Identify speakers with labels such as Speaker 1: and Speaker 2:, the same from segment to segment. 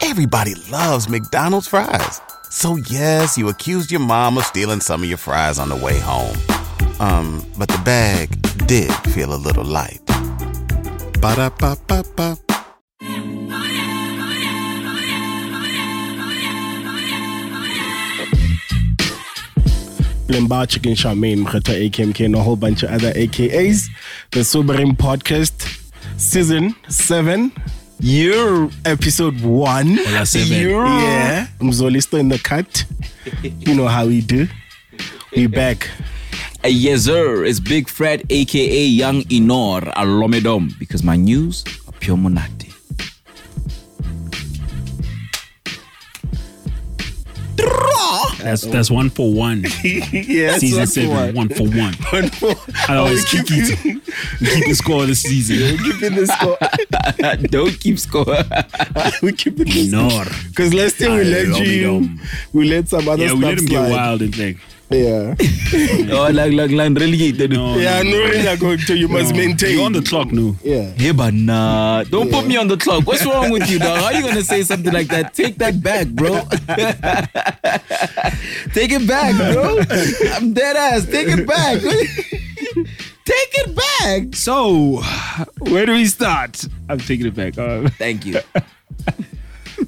Speaker 1: Everybody loves McDonald's fries. So yes, you accused your mom of stealing some of your fries on the way home. Um, but the bag did feel a little light. Ba-da-ba-ba-ba.
Speaker 2: Limba Chicken Charmaine, Mkheta AKMK, and a whole bunch of other AKAs. The Sobering Podcast, Season 7, Year Episode 1.
Speaker 3: Hola, seven.
Speaker 2: Yeah. Mzolisto in the cut. You know how we do. We back.
Speaker 3: Uh, yes, sir. It's Big Fred, aka Young Inor Alomedom, because my news are pure monate.
Speaker 4: That's that's one for one.
Speaker 2: yeah,
Speaker 4: season seven, one for one.
Speaker 2: One for
Speaker 4: I always keep it. Keep the score this season.
Speaker 2: keeping the score.
Speaker 4: Ah,
Speaker 3: Don't keep score.
Speaker 2: we keeping the score.
Speaker 4: Nor.
Speaker 2: Because last year we
Speaker 4: I
Speaker 2: let
Speaker 4: love
Speaker 2: you,
Speaker 4: them.
Speaker 2: we let some other
Speaker 4: Yeah,
Speaker 2: stuff
Speaker 4: we let him get
Speaker 2: slide.
Speaker 4: wild and like.
Speaker 2: Yeah.
Speaker 3: oh, like, like, like, relegated.
Speaker 4: No,
Speaker 2: Yeah,
Speaker 4: no,
Speaker 2: no, you're going to. You must
Speaker 4: no.
Speaker 2: maintain.
Speaker 4: You're on the clock, no.
Speaker 2: Yeah.
Speaker 3: Hey, but nah. Don't put me on the clock. What's wrong with you, dog? How you going to say something like that? Take that back, bro. Take it back, bro. I'm dead ass. Take it back. Take it back.
Speaker 4: So, where do we start? I'm taking it back. Uh,
Speaker 3: Thank you.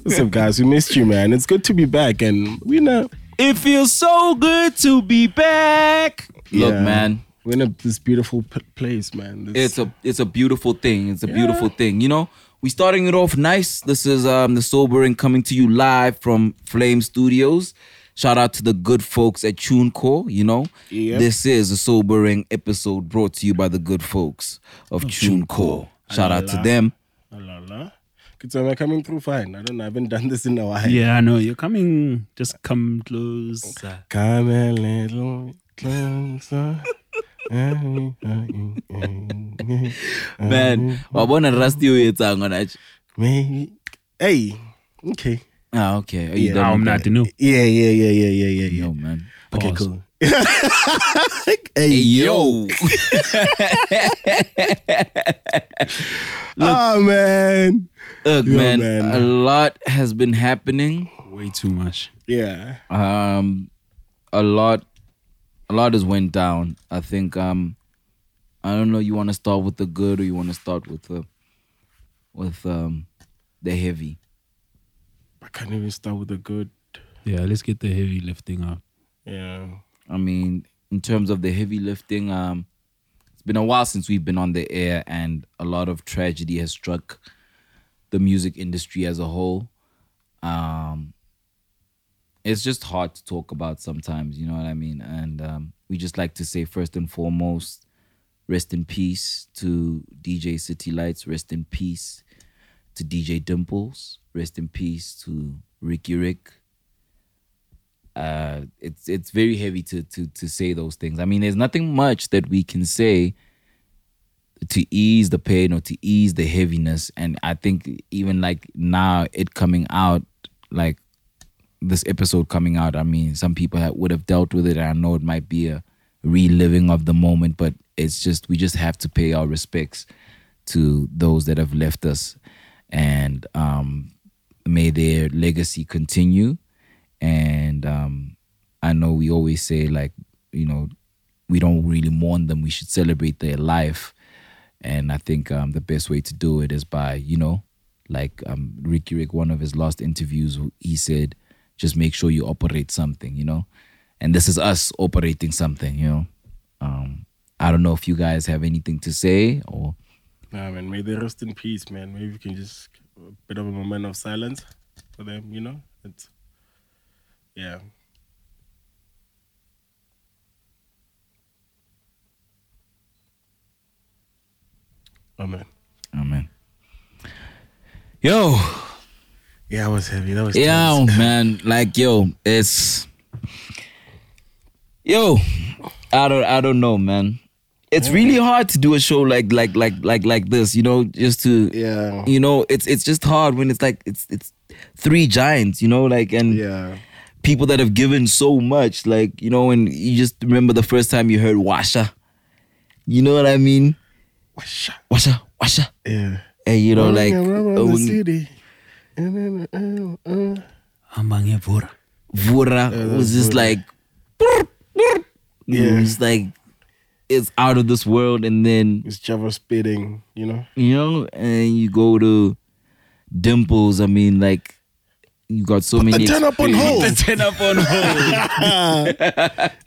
Speaker 2: What's up, guys? We missed you, man. It's good to be back, and we know
Speaker 4: it feels so good to be back.
Speaker 3: Look,
Speaker 2: Yeah.
Speaker 3: man.
Speaker 2: we're in a, this beautiful p- place, man. This,
Speaker 3: it's a it's a beautiful thing. It's a beautiful thing. You know, we starting it off nice. This is um the sobering coming to you live from Flame Studios. Shout out to the good folks at TuneCore. You know,
Speaker 2: Yep.
Speaker 3: this is a sobering episode brought to you by the good folks of TuneCore. Shout out to
Speaker 2: Allah.
Speaker 3: them.
Speaker 2: La, la, la. Good, so am I coming through fine? I don't know. I haven't done this in a while.
Speaker 4: Yeah, I know. You're coming. Just come close.
Speaker 2: Come a little closer.
Speaker 3: Man, wabona Rusty uyetsanga na nje.
Speaker 2: Maybe. Hey. Okay.
Speaker 3: Ah, okay. Are you
Speaker 2: Yeah.
Speaker 3: done
Speaker 4: Ah, I'm
Speaker 3: with
Speaker 4: not
Speaker 3: that?
Speaker 4: the new.
Speaker 2: Yeah, yeah, yeah, yeah, yeah, yeah, yeah.
Speaker 3: Yo, man.
Speaker 2: Okay,
Speaker 4: Pause.
Speaker 2: cool. hey,
Speaker 3: Hey, yo.
Speaker 2: Oh, man.
Speaker 3: Look,
Speaker 2: Yo,
Speaker 3: man,
Speaker 2: man.
Speaker 3: a lot has been happening.
Speaker 4: Way too much.
Speaker 2: Yeah.
Speaker 3: um a lot a lot has went down i think um i don't know you want to start with the good or you want to start with the with um the heavy
Speaker 2: I can't even start with the good.
Speaker 4: Yeah, let's get the heavy lifting out.
Speaker 2: Yeah.
Speaker 3: i mean in terms of the heavy lifting um it's been a while since we've been on the air and a lot of tragedy has struck the music industry as a whole um it's just hard to talk about sometimes you know what i mean and um we just like to say first and foremost rest in peace to dj city lights rest in peace to dj dimples rest in peace to ricky rick uh it's it's very heavy to to to say those things i mean there's nothing much that we can say to ease the pain or to ease the heaviness and i think even like now it coming out like this episode coming out i mean some people ha would have dealt with it and i know it might be a reliving of the moment but it's just we just have to pay our respects to those that have left us and um may their legacy continue and um i know we always say like you know we don't really mourn them we should celebrate their life and i think um, the best way to do it is by you know like um, ricky rick one of his last interviews he said just make sure you operate something you know and this is us operating something you know um, i don't know if you guys have anything to say or
Speaker 2: Nah, man. May they rest in peace, man. Maybe we can just a bit of a moment of silence for them. You know, it's yeah. Amen.
Speaker 3: oh man yo
Speaker 2: Yeah, I was heavy. That was
Speaker 3: Yeah, um, man. Like yo, it's yo. I don't I don't know, man. It's really hard to do a show like like like like like this, you know, just to
Speaker 2: Yeah.
Speaker 3: you know, it's it's just hard when it's like it's it's three giants, you know, like and
Speaker 2: Yeah.
Speaker 3: people that have given so much, like, you know, and you just remember the first time you heard Washa. You know what I mean?
Speaker 2: Oh,
Speaker 3: Washa, Washa, Washa.
Speaker 2: Yeah.
Speaker 3: And you know, Oh, like
Speaker 2: Running around
Speaker 3: uh,
Speaker 2: the
Speaker 3: when-
Speaker 2: city.
Speaker 5: Ambangevura.
Speaker 3: Vura was just like,
Speaker 2: Yeah.
Speaker 3: it's like, it's out of this world. And then
Speaker 2: It's Java spitting, you know?
Speaker 3: you know, and you go to Dimples. I mean, like, you got so
Speaker 2: The
Speaker 3: many.
Speaker 2: turn up on hold.
Speaker 3: Ten up on hold.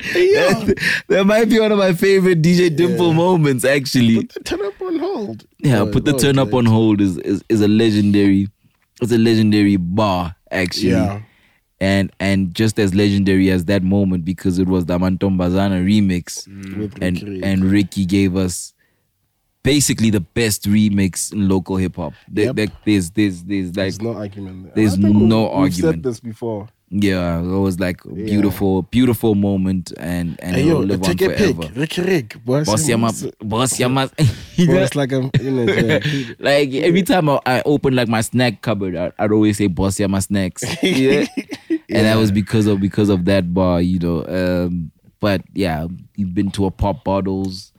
Speaker 3: that might be one of my favorite DJ Dimple moments, actually.
Speaker 2: The turn up on hold.
Speaker 3: Yeah,
Speaker 2: Oh,
Speaker 3: put the
Speaker 2: oh,
Speaker 3: turn up
Speaker 2: okay.
Speaker 3: on hold is, is is a legendary, it's a legendary bar actually,
Speaker 2: Yeah.
Speaker 3: and and just as legendary as that moment because it was the Amantombazana remix,
Speaker 2: Mm. With
Speaker 3: and
Speaker 2: Ricky.
Speaker 3: and Ricky gave us basically the best remix in local hip hop. There-
Speaker 2: Yep.
Speaker 3: there- there's there's there's like
Speaker 2: There's no argument there.
Speaker 3: there's
Speaker 2: I think
Speaker 3: no
Speaker 2: we've- We've
Speaker 3: argument.
Speaker 2: said this before.
Speaker 3: yeah, it was like a beautiful beautiful moment and and
Speaker 2: Hey,
Speaker 3: it'll
Speaker 2: yo,
Speaker 3: live on
Speaker 2: take a pic.
Speaker 3: forever.
Speaker 2: Ricky Rick. Boss,
Speaker 3: Boss Yama, boss Yama.
Speaker 2: Boss like I'm, you know, yeah.
Speaker 3: Like every time I, I open like my snack cupboard, I, I'd always say "Boss, yeah, my snacks," Yeah. and that was because of because of that bar, you know. Um, but yeah, you've been to a pop bottles,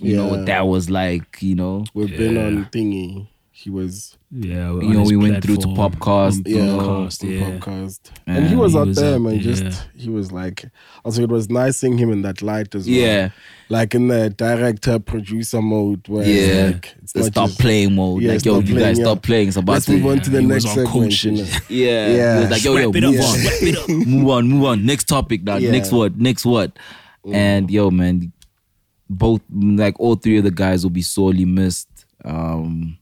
Speaker 3: you know
Speaker 2: Yeah.
Speaker 3: what that was like, you know.
Speaker 2: We've been on thingy. He was
Speaker 5: Yeah.
Speaker 3: You know, we went through to Popcast, you
Speaker 2: yeah,
Speaker 5: Popcast,
Speaker 2: on
Speaker 5: yeah.
Speaker 2: podcast. and he
Speaker 5: Yeah,
Speaker 2: was
Speaker 5: he
Speaker 2: out
Speaker 5: was
Speaker 2: there,
Speaker 5: out
Speaker 2: man.
Speaker 5: there,
Speaker 2: Just he was like, also it was nice seeing him in that light as well.
Speaker 3: Yeah.
Speaker 2: like in the director producer mode. Where
Speaker 3: Yeah,
Speaker 2: it's like, it's
Speaker 3: the
Speaker 2: not
Speaker 3: stop
Speaker 2: just-
Speaker 3: playing mode.
Speaker 2: Yeah,
Speaker 3: like yo,
Speaker 2: stop
Speaker 3: you
Speaker 2: playing,
Speaker 3: guys
Speaker 2: yeah.
Speaker 3: stop playing. It's about
Speaker 2: Let's
Speaker 3: to
Speaker 2: move on to the
Speaker 5: he
Speaker 2: next
Speaker 5: was on
Speaker 2: segment.
Speaker 5: coach.
Speaker 2: You know.
Speaker 3: yeah.
Speaker 2: Yeah.
Speaker 3: It was like yo, yo,
Speaker 5: Wrap it up,
Speaker 3: move
Speaker 5: boss,
Speaker 3: on,
Speaker 5: wrap it up.
Speaker 3: move on, move on. Next topic now.
Speaker 2: Yeah. Mm.
Speaker 3: Next what? Next what? And yo, man, both like all three of the guys will be sorely missed. Um,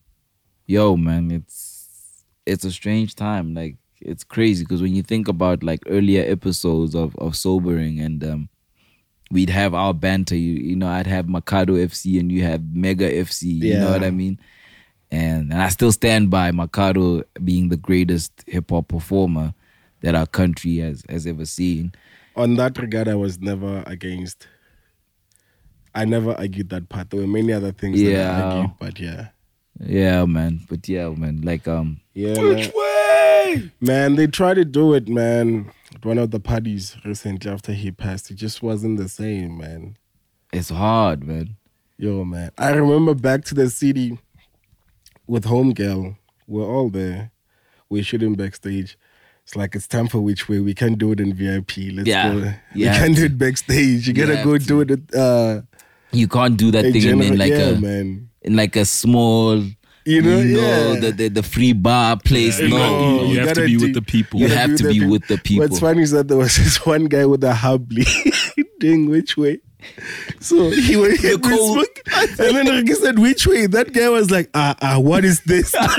Speaker 3: yo, man, it's it's a strange time. Like it's crazy because when you think about like earlier episodes of of sobering and um, we'd have our banter. You you know, I'd have Mikado FC and you have Mega FC. You know
Speaker 2: Yeah.
Speaker 3: what I mean? And, and I still stand by Mikado being the greatest hip hop performer that our country has has ever seen.
Speaker 2: On that regard, I was never against. I never argued that part. There were many other things that
Speaker 3: Yeah.
Speaker 2: I argued, but yeah.
Speaker 3: Yeah, man. But yeah, man. Like um,
Speaker 2: Yeah, man. Man, they tried to do it, man. At one of the parties recently after he passed, it just wasn't the same, man.
Speaker 3: it's hard, man.
Speaker 2: Yo, man. I remember back to the city with Homegirl. We're all there. We're shooting backstage. It's like it's time for which way. We can't do it in VIP. Let's
Speaker 3: Yeah.
Speaker 2: go.
Speaker 3: You
Speaker 2: We
Speaker 3: have
Speaker 2: can't do it backstage. You gotta
Speaker 3: have
Speaker 2: go
Speaker 3: to.
Speaker 2: do it at, uh
Speaker 3: You can't do that
Speaker 2: in
Speaker 3: thing in,
Speaker 2: general.
Speaker 3: in like uh,
Speaker 2: yeah,
Speaker 3: a
Speaker 2: man.
Speaker 3: in like a small.
Speaker 2: You know, yeah.
Speaker 3: the, the the free bar place.
Speaker 5: Yeah,
Speaker 3: no,
Speaker 5: no. you have to
Speaker 2: Oh, gotta
Speaker 5: be with
Speaker 2: do-
Speaker 5: the people.
Speaker 3: You
Speaker 2: gotta
Speaker 3: have
Speaker 2: be
Speaker 3: to
Speaker 2: with
Speaker 3: be
Speaker 2: the
Speaker 3: with the people.
Speaker 2: What's funny is that there was this one guy with a hubly doing which way. So he went and, we
Speaker 3: cold.
Speaker 2: spoke, and then Ricky said, which way? That guy was like, ah, ah, what is this? and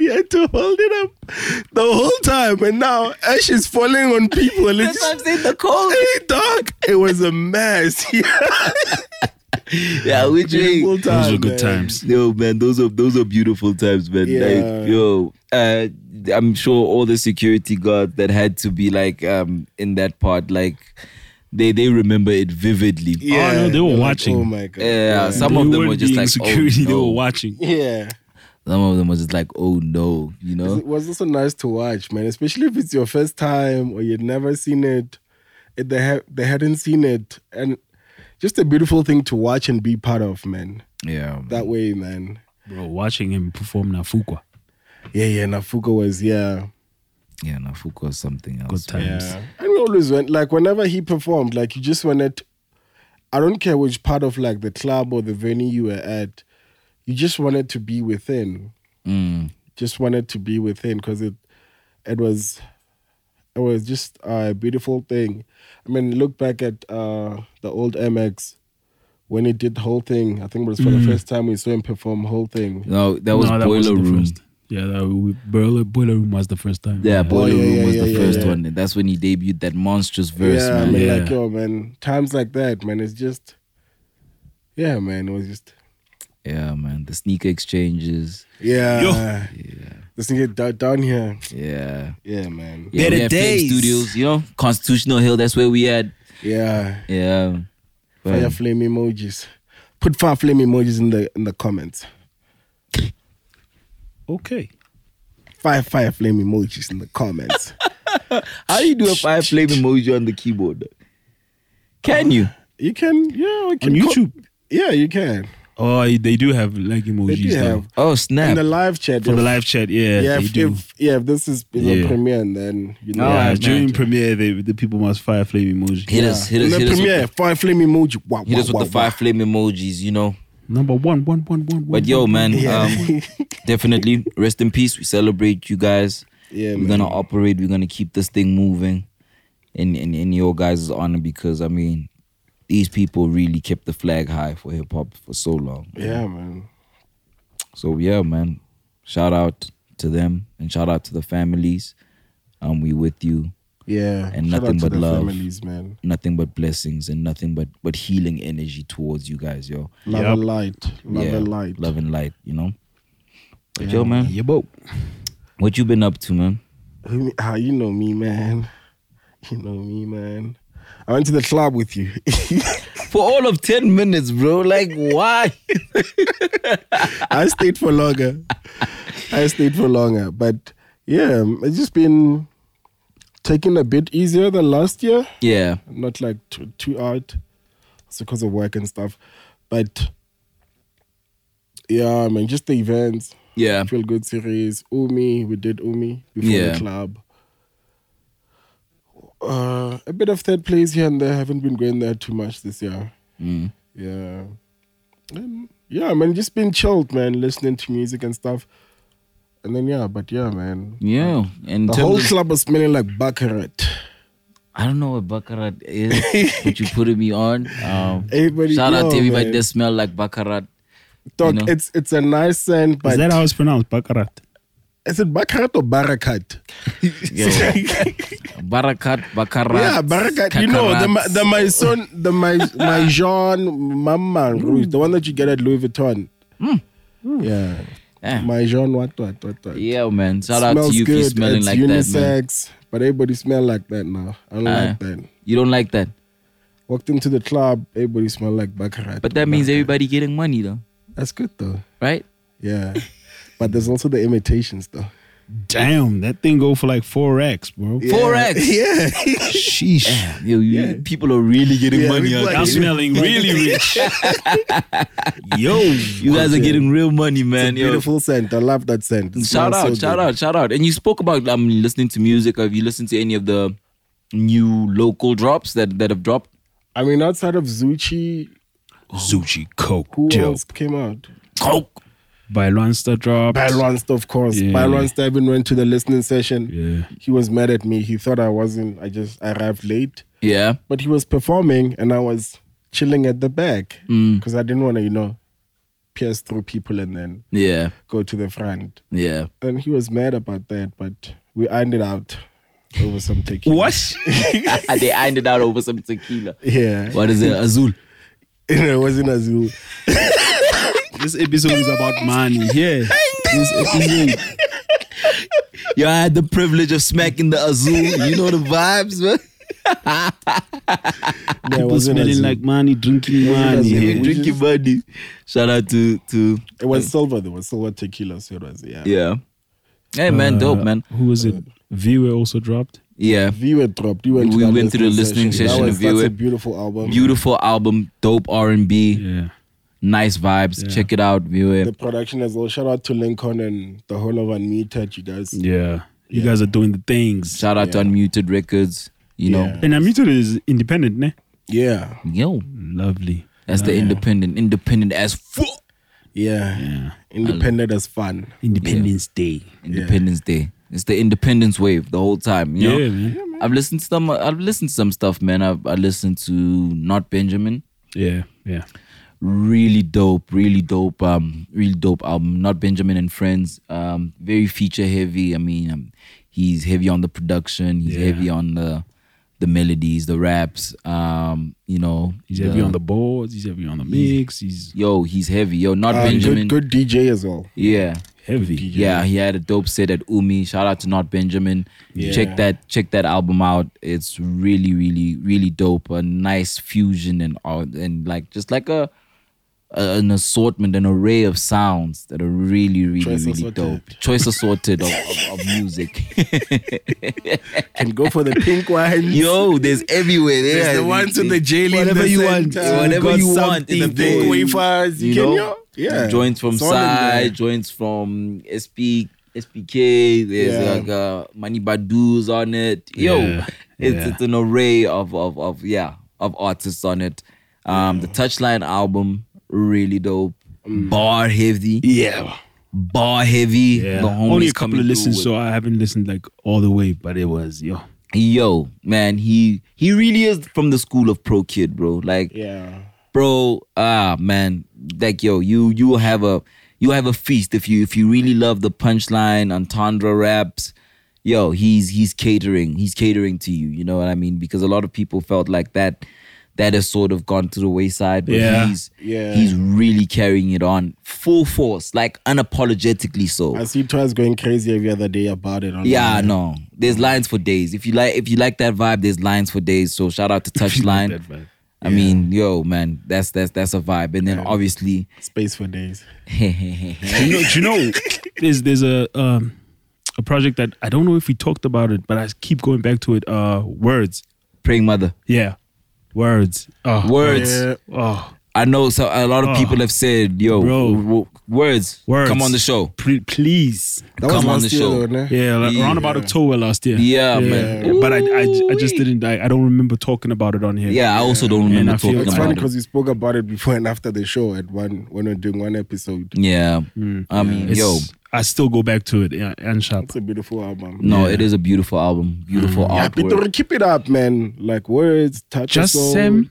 Speaker 2: he had to hold it up the whole time. And now Ash is falling on people. It's
Speaker 3: That's what I'm
Speaker 2: just-
Speaker 3: saying. The cold.
Speaker 2: Hey, dog. It was a mess.
Speaker 3: yeah, which way?
Speaker 2: Beautiful time,
Speaker 5: Those were good
Speaker 2: man.
Speaker 5: times.
Speaker 3: Yo, man, those are those are beautiful times, man.
Speaker 2: Yeah.
Speaker 3: Like, yo, uh, I'm sure all the security guards that had to be like um in that part, like they they remember it vividly. Yeah,
Speaker 5: Oh, no, they were
Speaker 2: You're like,
Speaker 5: watching.
Speaker 2: oh my god.
Speaker 3: some of
Speaker 5: They
Speaker 3: them
Speaker 5: weren't
Speaker 3: were just
Speaker 5: being
Speaker 3: like
Speaker 5: security.
Speaker 3: Oh,
Speaker 5: They
Speaker 3: no.
Speaker 5: were watching.
Speaker 2: Yeah.
Speaker 3: Some of them was just like, oh no, you know.
Speaker 2: It was also nice to watch, man, especially if it's your first time or you'd never seen it. If they ha- they hadn't seen it, and just a beautiful thing to watch and be part of, man.
Speaker 3: Yeah, um,
Speaker 2: That way, man.
Speaker 5: Bro, watching him perform Nafukwa.
Speaker 2: Yeah, yeah. Nafuko was yeah,
Speaker 3: yeah. Nafuko was something
Speaker 5: Good
Speaker 3: else. man.
Speaker 5: times.
Speaker 2: yeah. And we always went like whenever he performed, like you just wanted. I don't care which part of like the club or the venue you were at, you just wanted to be within.
Speaker 3: Mm.
Speaker 2: just wanted to be within because it it was it was just a beautiful thing. I mean, look back at uh, the old MX when he did the whole thing. I think it was for
Speaker 5: Mm.
Speaker 2: the first time we saw him perform whole thing.
Speaker 3: No, that was
Speaker 5: No,
Speaker 3: boiler
Speaker 5: wasn't the
Speaker 3: room.
Speaker 5: first. Yeah, that, we, boiler, boiler room was the first time.
Speaker 3: Yeah, boiler
Speaker 2: yeah,
Speaker 3: room
Speaker 2: yeah,
Speaker 3: was the
Speaker 2: yeah,
Speaker 3: first
Speaker 2: yeah.
Speaker 3: one. And that's when he debuted that monstrous verse,
Speaker 2: yeah, I
Speaker 3: man.
Speaker 2: mean,
Speaker 5: Yeah.
Speaker 2: like yo, man, times like that, man, it's just yeah, man, it was just
Speaker 3: Yeah, man. The sneaker exchanges.
Speaker 2: yeah.
Speaker 5: Yo.
Speaker 2: This nigga da- down here,
Speaker 3: Yeah.
Speaker 2: yeah, man,
Speaker 3: Yeah, we had Fame Studios, you know, Constitutional Hill. That's where we had.
Speaker 2: yeah.
Speaker 3: Yeah,
Speaker 2: Fire flame emojis. Put fire flame emojis in the in the comments.
Speaker 5: Okay.
Speaker 2: Fire fire flame emojis in the comments.
Speaker 3: how do you do a fire flame emoji on the keyboard? Can you?
Speaker 2: You can, yeah, we
Speaker 5: On
Speaker 2: can co-
Speaker 5: YouTube.
Speaker 2: yeah, you can.
Speaker 5: Oh, they do have like
Speaker 2: They
Speaker 5: emojis.
Speaker 2: do
Speaker 5: now.
Speaker 2: have
Speaker 3: Oh snap!
Speaker 2: in the live chat
Speaker 5: for
Speaker 2: if-
Speaker 5: the live chat. Yeah,
Speaker 2: Yeah,
Speaker 5: they
Speaker 2: if,
Speaker 5: do.
Speaker 2: if yeah, if this is is on
Speaker 5: Yeah.
Speaker 2: premiere, and then you know,
Speaker 3: Oh,
Speaker 5: yeah,
Speaker 3: I
Speaker 5: during
Speaker 3: imagine.
Speaker 5: premiere, they, the people must fire flame emoji.
Speaker 3: hit us, hit
Speaker 2: in
Speaker 3: us,
Speaker 2: the
Speaker 3: hit us,
Speaker 2: premiere,
Speaker 3: with,
Speaker 2: fire flame emoji. Wow,
Speaker 3: hit
Speaker 2: wow,
Speaker 3: us with
Speaker 2: wow,
Speaker 3: the fire flame emojis. You know,
Speaker 5: Number one, one, one, one.
Speaker 3: but
Speaker 5: one,
Speaker 3: yo,
Speaker 5: one.
Speaker 3: man,
Speaker 2: Yeah.
Speaker 3: um, definitely rest in peace. We celebrate you guys.
Speaker 2: Yeah,
Speaker 3: we're gonna operate. We're gonna keep this thing moving, in in in your guys' honor because I mean, these people really kept the flag high for hip hop for so long.
Speaker 2: Yeah, man.
Speaker 3: So yeah, man. Shout out to them and shout out to the families. Um, we with you.
Speaker 2: Yeah,
Speaker 3: And
Speaker 2: Shout out
Speaker 3: nothing
Speaker 2: to
Speaker 3: but
Speaker 2: the
Speaker 3: love.
Speaker 2: families, man.
Speaker 3: Nothing but blessings and nothing but but healing energy towards you guys, yo.
Speaker 2: Love
Speaker 5: Yup.
Speaker 2: and light, love
Speaker 3: yeah,
Speaker 2: and light.
Speaker 3: love and light. You know. But yo, man,
Speaker 5: Yeah, bro.
Speaker 3: what you been up to, man?
Speaker 2: Ah, you know me, man. You know me, man. I went to the club with you.
Speaker 3: For all of ten minutes, bro. Like, why?
Speaker 2: I stayed for longer. I stayed for longer, but yeah, um, it's just been taking a bit easier than last year.
Speaker 3: yeah,
Speaker 2: not like too, too out. It's because of work and stuff. But yeah, I mean, just the events.
Speaker 3: yeah.
Speaker 2: Feel Good series. Umi, we did Umi before
Speaker 3: Yeah.
Speaker 2: the club. Uh, a bit of third place here and there. Haven't been going there too much this year.
Speaker 3: Mm.
Speaker 2: Yeah. And yeah, man, just been chilled, man, listening to music and stuff. And then, yeah, but yeah, man.
Speaker 3: Yeah, and
Speaker 2: The
Speaker 3: tell
Speaker 2: whole
Speaker 3: them-
Speaker 2: club was smelling like Baccarat.
Speaker 3: I don't know what baccarat is, but you putting me on. Um,
Speaker 2: Everybody-
Speaker 3: shout out to
Speaker 2: yo,
Speaker 3: everybody
Speaker 2: man.
Speaker 3: that smell like baccarat.
Speaker 2: Dog,
Speaker 3: know?
Speaker 2: it's it's a nice scent, but
Speaker 5: Is that how it's pronounced? Baccarat.
Speaker 2: Is it Bakarat or Barakat?
Speaker 3: Yo. Barakat, baccarat.
Speaker 2: yeah, Barakat. You know the ma-
Speaker 3: cacarats.
Speaker 2: the my son the my my Jean
Speaker 3: Mm.
Speaker 2: Maman Rouge, the one that you get at Louis Vuitton. Yeah,
Speaker 3: Eh,
Speaker 2: my Jean what what what what.
Speaker 3: Yeah, Eh, man. Shout out to
Speaker 2: Smells
Speaker 3: you for
Speaker 2: good.
Speaker 3: smelling
Speaker 2: it's
Speaker 3: like
Speaker 2: unisex,
Speaker 3: that, man.
Speaker 2: but everybody smell like that now. I don't
Speaker 3: Uh-uh.
Speaker 2: like that.
Speaker 3: You don't like that,
Speaker 2: Walked into the club, everybody smell like Bakarat.
Speaker 3: but that means everybody getting money though,
Speaker 2: that's good though.
Speaker 3: right?
Speaker 2: Yeah, but there's also the imitations though.
Speaker 5: Damn, that thing go for like four racks, bro.
Speaker 3: Four X.
Speaker 2: Yeah,
Speaker 5: Sheesh.
Speaker 3: Yo, you-
Speaker 2: Yeah.
Speaker 3: people are really getting
Speaker 2: Yeah,
Speaker 3: money.
Speaker 2: people
Speaker 3: Out
Speaker 2: are
Speaker 3: there.
Speaker 5: I'm smelling really rich. Yo.
Speaker 3: you guys are getting real money, man. yo.
Speaker 2: beautiful scent. I love that scent. It
Speaker 3: Shout
Speaker 2: smells
Speaker 3: out,
Speaker 2: so
Speaker 3: shout
Speaker 2: good.
Speaker 3: out, shout out. And you spoke about um listening to music. Have you listened to any of the new local drops that that have dropped?
Speaker 2: I mean, outside of Zuchi,
Speaker 5: Zuchi Coke.
Speaker 2: Who
Speaker 5: Dope.
Speaker 2: else came out?
Speaker 3: Coke.
Speaker 5: By Lanster Drop.
Speaker 2: Byronster, of course.
Speaker 5: Yeah.
Speaker 2: Byronster even went to the listening session.
Speaker 5: Yeah.
Speaker 2: He was mad at me. He thought I wasn't. I just arrived late.
Speaker 3: Yeah.
Speaker 2: But he was performing and I was chilling at the back because I didn't want to, you know, pierce through people and then
Speaker 3: Yeah.
Speaker 2: go to the front.
Speaker 3: Yeah.
Speaker 2: And he was mad about that, but we ironed it out over some tequila.
Speaker 5: What?
Speaker 3: they ended out over some tequila.
Speaker 2: Yeah.
Speaker 3: What is it? Azul.
Speaker 2: it wasn't Azul.
Speaker 5: this episode is about money. Yeah. This episode.
Speaker 3: Yo, I had the privilege of smacking the Azul. You know the vibes, man.
Speaker 2: No, it
Speaker 5: People
Speaker 2: wasn't
Speaker 5: smelling
Speaker 2: Azul.
Speaker 5: like money, drinking
Speaker 2: Wasn't
Speaker 5: money.
Speaker 2: Azul.
Speaker 5: yeah.
Speaker 2: we
Speaker 3: Drinking
Speaker 2: just-
Speaker 3: buddy. Shout out to to
Speaker 2: It was silver. There was silver tequila. So it was, yeah.
Speaker 3: yeah. Hey man, dope
Speaker 5: Uh,
Speaker 3: man.
Speaker 5: Who was it? Viewer also dropped.
Speaker 3: Yeah.
Speaker 2: Viewer dropped. You went
Speaker 3: We
Speaker 2: to that
Speaker 3: went to the listening session
Speaker 2: That
Speaker 3: of
Speaker 2: was, that's
Speaker 3: Viewer.
Speaker 2: a beautiful album.
Speaker 3: Beautiful album, dope R and B,
Speaker 5: Yeah.
Speaker 3: nice vibes. Check it out, view
Speaker 2: The
Speaker 3: it.
Speaker 2: production as well. Shout out to Lincoln and the whole of Unmuted, you guys.
Speaker 5: Yeah. You guys are doing the things.
Speaker 3: Shout out to
Speaker 2: Yeah.
Speaker 3: Unmuted Records. You know,
Speaker 2: Yeah.
Speaker 5: And Amito is independent, ne?
Speaker 2: Yeah,
Speaker 3: yo,
Speaker 5: Lovely.
Speaker 3: That's the independent, independent as fuck.
Speaker 2: yeah. Independent as fun.
Speaker 5: Independence Day.
Speaker 3: Independence Day. It's the Independence wave the whole time. You know?
Speaker 5: Yeah, man.
Speaker 3: I've listened to some. I've listened to some stuff, man. I've I listened to Not Benjamin.
Speaker 5: Yeah. Yeah.
Speaker 3: Really dope, really dope, um, really dope album. Not Benjamin and Friends. Um, very feature heavy. I mean, um, he's heavy on the production. He's
Speaker 5: Yeah.
Speaker 3: heavy on the the melodies, the raps. Um, you know,
Speaker 5: He's heavy on the boards. He's heavy on the mix. He's
Speaker 3: Yo, he's heavy. Yo, Not
Speaker 2: Uh,
Speaker 3: Benjamin.
Speaker 2: good, good DJ as well.
Speaker 3: Yeah.
Speaker 5: heavy.
Speaker 3: Yeah, he had a dope set at Umi. Shout out to Not Benjamin. Check that check that album out. It's really really really dope. A nice fusion and all and like just like a a- an assortment, an array of sounds that are really, really,
Speaker 2: Choice
Speaker 3: really
Speaker 2: assorted.
Speaker 3: dope. Choice assorted of, of, of music.
Speaker 2: Can go for the pink wine.
Speaker 3: Yo, there's everywhere. There's
Speaker 1: the ones in the jail in
Speaker 5: Whatever
Speaker 1: the
Speaker 5: you
Speaker 1: center.
Speaker 5: want.
Speaker 3: whatever
Speaker 5: Got
Speaker 3: you want in the
Speaker 5: something
Speaker 1: Big
Speaker 5: Boy.
Speaker 3: bowl.
Speaker 1: wafers.
Speaker 3: you
Speaker 1: Can
Speaker 3: know,
Speaker 1: you?
Speaker 2: Yeah.
Speaker 3: joints from
Speaker 2: It's all in there.
Speaker 3: Side, joints from SP, SPK. There's
Speaker 2: Yeah.
Speaker 3: like uh, Money Badu's on it. Yo,
Speaker 5: Yeah,
Speaker 3: it's
Speaker 5: yeah.
Speaker 3: it's an array of of of yeah of artists on it. Um, the Touchline album really dope, bar heavy,
Speaker 5: Yeah.
Speaker 3: bar heavy. The homies
Speaker 5: Only a
Speaker 3: coming
Speaker 5: couple of
Speaker 3: through
Speaker 5: listens,
Speaker 3: with-
Speaker 5: so I haven't listened like all the way, but it was yo.
Speaker 3: Yo, man, he he really is from the school of pro kid, bro. Like
Speaker 2: Yeah.
Speaker 3: bro ah man like yo you you will have a you have a feast if you if you really love the punchline entendre raps yo he's he's catering he's catering to you you know what i mean because a lot of people felt like that that has sort of gone to the wayside but
Speaker 5: Yeah.
Speaker 3: he's
Speaker 2: Yeah.
Speaker 3: he's really carrying it on full force like unapologetically so
Speaker 2: I see Twas going crazy every other day about it.
Speaker 3: yeah, no. There's lines for days. If you like, if you like that vibe, there's lines for days. So shout out to Touchline.
Speaker 5: That vibe.
Speaker 3: I mean, yo, man, that's that's that's a vibe. And then obviously,
Speaker 2: Space for days.
Speaker 5: do you know, do you know there's there's a um, a project that I don't know if we talked about it, but I keep going back to it. Uh, words.
Speaker 3: praying mother,
Speaker 5: Yeah, words. Oh,
Speaker 3: words.
Speaker 2: Yeah.
Speaker 5: Oh,
Speaker 3: I know. So a lot of
Speaker 5: Oh.
Speaker 3: people have said, yo,
Speaker 5: Bro.
Speaker 3: w- w- words,
Speaker 5: words.
Speaker 3: come on the show.
Speaker 5: Pre- please.
Speaker 2: That
Speaker 3: Come on
Speaker 2: was
Speaker 3: the
Speaker 2: last year, though,
Speaker 3: show.
Speaker 2: nah?
Speaker 5: Yeah, like around about October last year.
Speaker 3: Yeah, man.
Speaker 5: But I, I, I just
Speaker 3: Ooh-wee.
Speaker 5: didn't. I, I don't remember talking about it on here.
Speaker 3: Yeah, I also don't
Speaker 5: Man,
Speaker 3: remember
Speaker 5: I feel-
Speaker 3: talking
Speaker 2: It's
Speaker 5: Come
Speaker 2: funny
Speaker 3: about it.
Speaker 2: because we spoke about it before and after the show at one when we we're doing one episode.
Speaker 3: Yeah, I mean,
Speaker 5: It's-
Speaker 3: yo,
Speaker 5: I still go back to it. Yeah, and sharp.
Speaker 2: It's a beautiful album.
Speaker 3: no, it is a beautiful album, beautiful
Speaker 2: Mm. Yeah,
Speaker 3: artwork.
Speaker 2: Pitori, keep it up, man. Like words, touch
Speaker 5: Just
Speaker 2: soul.
Speaker 5: Sam.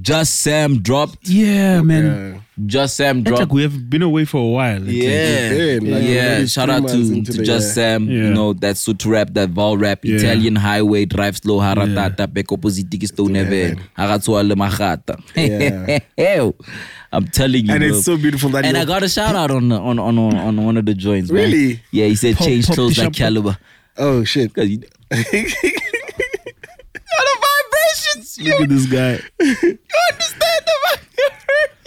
Speaker 3: Just Sam dropped.
Speaker 5: Yeah, man.
Speaker 2: Yeah.
Speaker 3: Just Sam
Speaker 5: It's like
Speaker 3: dropped.
Speaker 5: we have been away for a while. It's
Speaker 3: Yeah,
Speaker 2: did, like,
Speaker 3: yeah.
Speaker 2: already
Speaker 3: Shout
Speaker 2: three
Speaker 3: out
Speaker 2: months
Speaker 3: to,
Speaker 2: into
Speaker 3: to
Speaker 2: the
Speaker 3: Just
Speaker 2: year.
Speaker 3: Sam,
Speaker 5: Yeah.
Speaker 3: you know that suit rap, that vowel rap,
Speaker 5: Yeah.
Speaker 3: Italian highway, drive slow, haratata, beko pozitiki sto nevel, haratsoa le magata.
Speaker 2: Yeah.
Speaker 3: Ew. I'm telling you,
Speaker 2: And
Speaker 3: bro.
Speaker 2: it's so beautiful that
Speaker 3: and
Speaker 2: you
Speaker 3: I got a shout out on on on on, on one of the joints. man.
Speaker 2: Really?
Speaker 3: Yeah, he said
Speaker 5: Pop-
Speaker 3: change
Speaker 5: pop
Speaker 3: clothes
Speaker 5: the
Speaker 3: like
Speaker 5: champagne.
Speaker 3: caliber.
Speaker 2: Oh shit.
Speaker 3: 'Cause you-
Speaker 5: Look at this guy. you understand the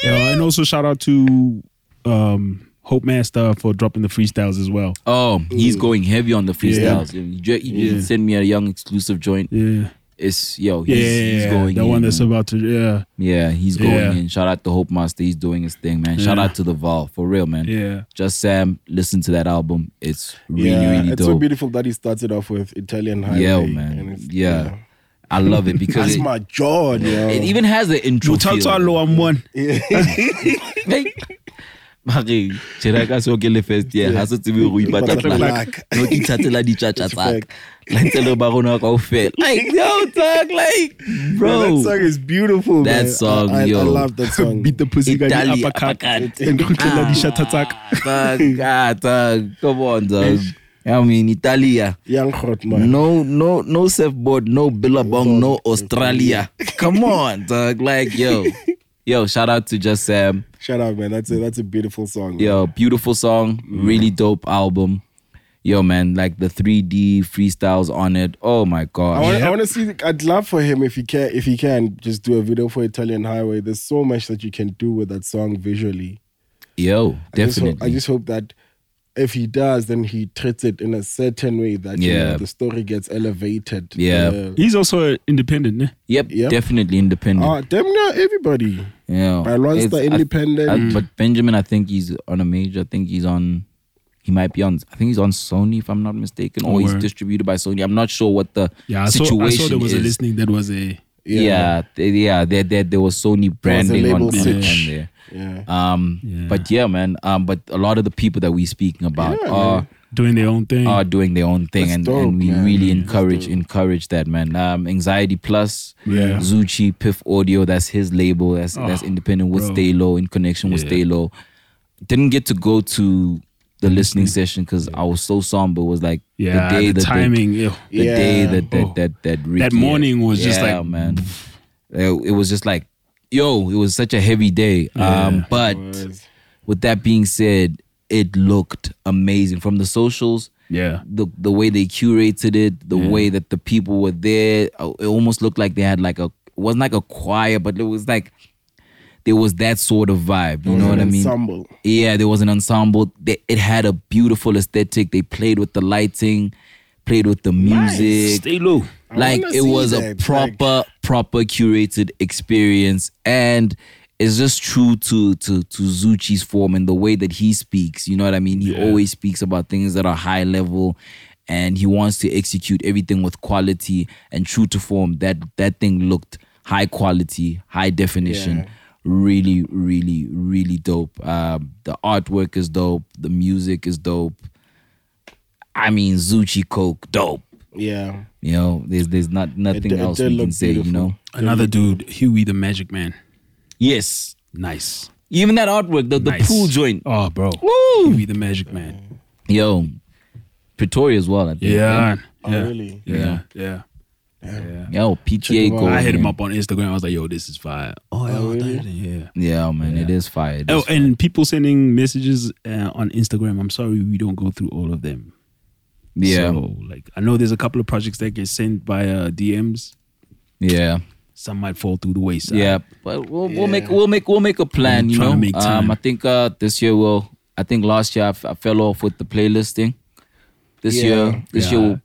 Speaker 5: yeah, And also shout out to um, Hope Master for dropping the freestyles as well.
Speaker 3: Oh, he's
Speaker 2: Mm.
Speaker 3: going heavy on the freestyles. You ju- You just
Speaker 5: Yeah.
Speaker 3: send me a young exclusive joint.
Speaker 5: Yeah.
Speaker 3: It's yo,
Speaker 5: Yeah,
Speaker 3: he's, he's going.
Speaker 5: the one
Speaker 3: in,
Speaker 5: that's
Speaker 3: man.
Speaker 5: about to yeah,
Speaker 3: Yeah, he's going
Speaker 5: Yeah.
Speaker 3: in. Shout out to Hope Master. He's doing his thing, man. Shout
Speaker 5: Yeah.
Speaker 3: out to the Vol for real, man.
Speaker 5: yeah,
Speaker 3: Just Sam, listen to that album. It's really,
Speaker 2: yeah,
Speaker 3: really
Speaker 2: it's
Speaker 3: dope.
Speaker 2: so beautiful that he started off with Italian highway.
Speaker 3: yeah,
Speaker 2: and
Speaker 3: man.
Speaker 2: it's-
Speaker 3: Yeah. I love it because
Speaker 2: That's
Speaker 3: it,
Speaker 2: my uh, jaw, yo.
Speaker 3: it even has the intro. feel.
Speaker 5: I'm one.
Speaker 3: Hey. Mare, tjena ka so ke le first year, ha se tsebe hore o ipatla
Speaker 2: Ipatla
Speaker 3: plaque. No, ke ithatela ditjhatjha
Speaker 2: It's a
Speaker 3: tsaka. La ntse le ba rona kaofela. Like, yo, tsaka, like, bro.
Speaker 2: Yeah, that song is beautiful.
Speaker 3: That
Speaker 2: man.
Speaker 3: song,
Speaker 2: I, I,
Speaker 3: yo.
Speaker 2: I love that song.
Speaker 5: Beat the pussy guy the
Speaker 3: Italy,
Speaker 5: uppercut,
Speaker 3: uppercut.
Speaker 5: and kgutlela
Speaker 3: Ah.
Speaker 5: di-shutter-tuck.
Speaker 3: Tsaka, tsaka. ah, Come on, dog. I mean, Italia.
Speaker 2: Young Hot Man.
Speaker 3: No, no, no surfboard, no billabong, no Australia. Come on, dog. Like, yo, yo, shout out to just Sam.
Speaker 2: Shut up, man. That's a that's a beautiful song. man.
Speaker 3: Yo, beautiful song,
Speaker 5: Mm.
Speaker 3: really dope album. Yo, man, like the 3D freestyles on it. Oh my
Speaker 2: I
Speaker 3: god.
Speaker 2: want, I want to see. I'd love for him if he can. If he can, just do a video for Italian Highway. There's so much that you can do with that song visually.
Speaker 3: Yo,
Speaker 2: I just
Speaker 3: definitely.
Speaker 2: hope- I just hope that if he does, then he treats it in a certain way that you know,
Speaker 3: Yeah.
Speaker 2: the story gets elevated.
Speaker 3: Yeah.
Speaker 2: Uh,
Speaker 5: He's also independent, ne?
Speaker 3: yep,
Speaker 2: Yep.
Speaker 3: definitely independent.
Speaker 5: Uh,
Speaker 2: Ah, damn near everybody.
Speaker 3: yeah.
Speaker 2: By Lawrence
Speaker 3: It's-
Speaker 2: the
Speaker 3: I-
Speaker 2: Independent.
Speaker 3: I- but Benjamin, I think he's on a major. I think he's on. He might be on. I think he's on Sony, if I'm not mistaken, or he's
Speaker 5: word.
Speaker 3: distributed by Sony. I'm not sure what the
Speaker 5: Yeah, I
Speaker 3: situation
Speaker 5: saw, I saw there was a
Speaker 3: is.
Speaker 5: listening that was a
Speaker 3: Yeah, yeah, th- yeah there, there, there was Sony branding on,
Speaker 2: label
Speaker 3: on, on
Speaker 2: switch.
Speaker 3: there.
Speaker 2: yeah.
Speaker 3: Um,
Speaker 5: Yeah.
Speaker 3: but yeah, man. Um, but a lot of the people that we're speaking about
Speaker 2: Yeah,
Speaker 3: are
Speaker 5: doing their own thing.
Speaker 3: are doing their own thing,
Speaker 2: That's
Speaker 3: and,
Speaker 2: dope,
Speaker 3: and we
Speaker 2: man.
Speaker 3: really encourage encourage that, man. Um, Anxiety Plus,
Speaker 5: Yeah. Ah,
Speaker 3: Zuchi Piff Audio, that's his label. That's that's independent with
Speaker 5: bro.
Speaker 3: Stay Low, in connection with
Speaker 5: Yeah.
Speaker 3: Stay Low. Didn't get to go to the listening session because I was so somber. It was like
Speaker 5: yeah,
Speaker 3: the day
Speaker 5: the,
Speaker 3: that the-
Speaker 5: timing. ew.
Speaker 3: the
Speaker 2: Yeah.
Speaker 3: day that that
Speaker 5: Oh.
Speaker 3: that that, Ricky,
Speaker 5: That morning was just
Speaker 3: Yeah,
Speaker 5: like-
Speaker 3: man it, it was just like yo it was such a heavy day um but
Speaker 2: was.
Speaker 3: with that being said it looked amazing from the socials
Speaker 5: Yeah,
Speaker 3: the the way they curated it the way that the people were there uh, it almost looked like they had like a it wasn't like a choir but it was like there was that sort of vibe. You
Speaker 2: It was
Speaker 3: know
Speaker 2: an
Speaker 3: what I mean?
Speaker 2: Ensemble.
Speaker 3: Yeah, there was an ensemble. They, it had a beautiful aesthetic. They played with the lighting, played with the music.
Speaker 5: Stay low.
Speaker 2: I
Speaker 3: Like
Speaker 2: wanna
Speaker 3: it
Speaker 2: see
Speaker 3: was a
Speaker 2: that,
Speaker 3: proper, proper curated experience, and it's just true to to to Zuchi's form and the way that he speaks. You know what I mean? He always speaks about things that are high level, and he wants to execute everything with quality and true to form. That that thing looked high quality, high definition really really really dope um the artwork is dope the music is dope i mean zuchi coke dope
Speaker 2: Yeah.
Speaker 3: you know there's there's not nothing
Speaker 2: It- it
Speaker 3: else
Speaker 2: did
Speaker 3: we can
Speaker 2: look
Speaker 3: say you know
Speaker 5: Another dude, Huey the Magic Man.
Speaker 3: yes
Speaker 5: Nice.
Speaker 3: even that artwork the, the
Speaker 5: Nice.
Speaker 3: pool joint
Speaker 5: Oh, bro. Huey the Magic Man.
Speaker 3: yo pretoria as well I think.
Speaker 5: Yeah.
Speaker 2: Oh,
Speaker 5: yeah.
Speaker 2: really?
Speaker 5: Yeah. Yeah.
Speaker 3: yo pta
Speaker 2: him out.
Speaker 3: gold,
Speaker 5: I hit him
Speaker 3: man.
Speaker 5: up on Instagram. I was like, yo, this is fire. Oh, yeah. Yeah.
Speaker 3: yeah man it is fire it
Speaker 5: Oh,
Speaker 3: is
Speaker 5: and people sending messages uh, on Instagram. I'm sorry, we don't go through all of them.
Speaker 3: yeah
Speaker 5: So, like, I know there's a couple of projects that get sent via DMs.
Speaker 3: yeah
Speaker 5: Some might fall through the wayside.
Speaker 3: Yeah, but we'll, we'll make we'll make we'll make a plan.
Speaker 5: I'm
Speaker 3: you
Speaker 5: trying
Speaker 3: know,
Speaker 5: to make time.
Speaker 3: um, I think uh, this year will. I think last year I, f- I fell off with the playlist thing. This
Speaker 2: Yeah.
Speaker 3: year, this year we'll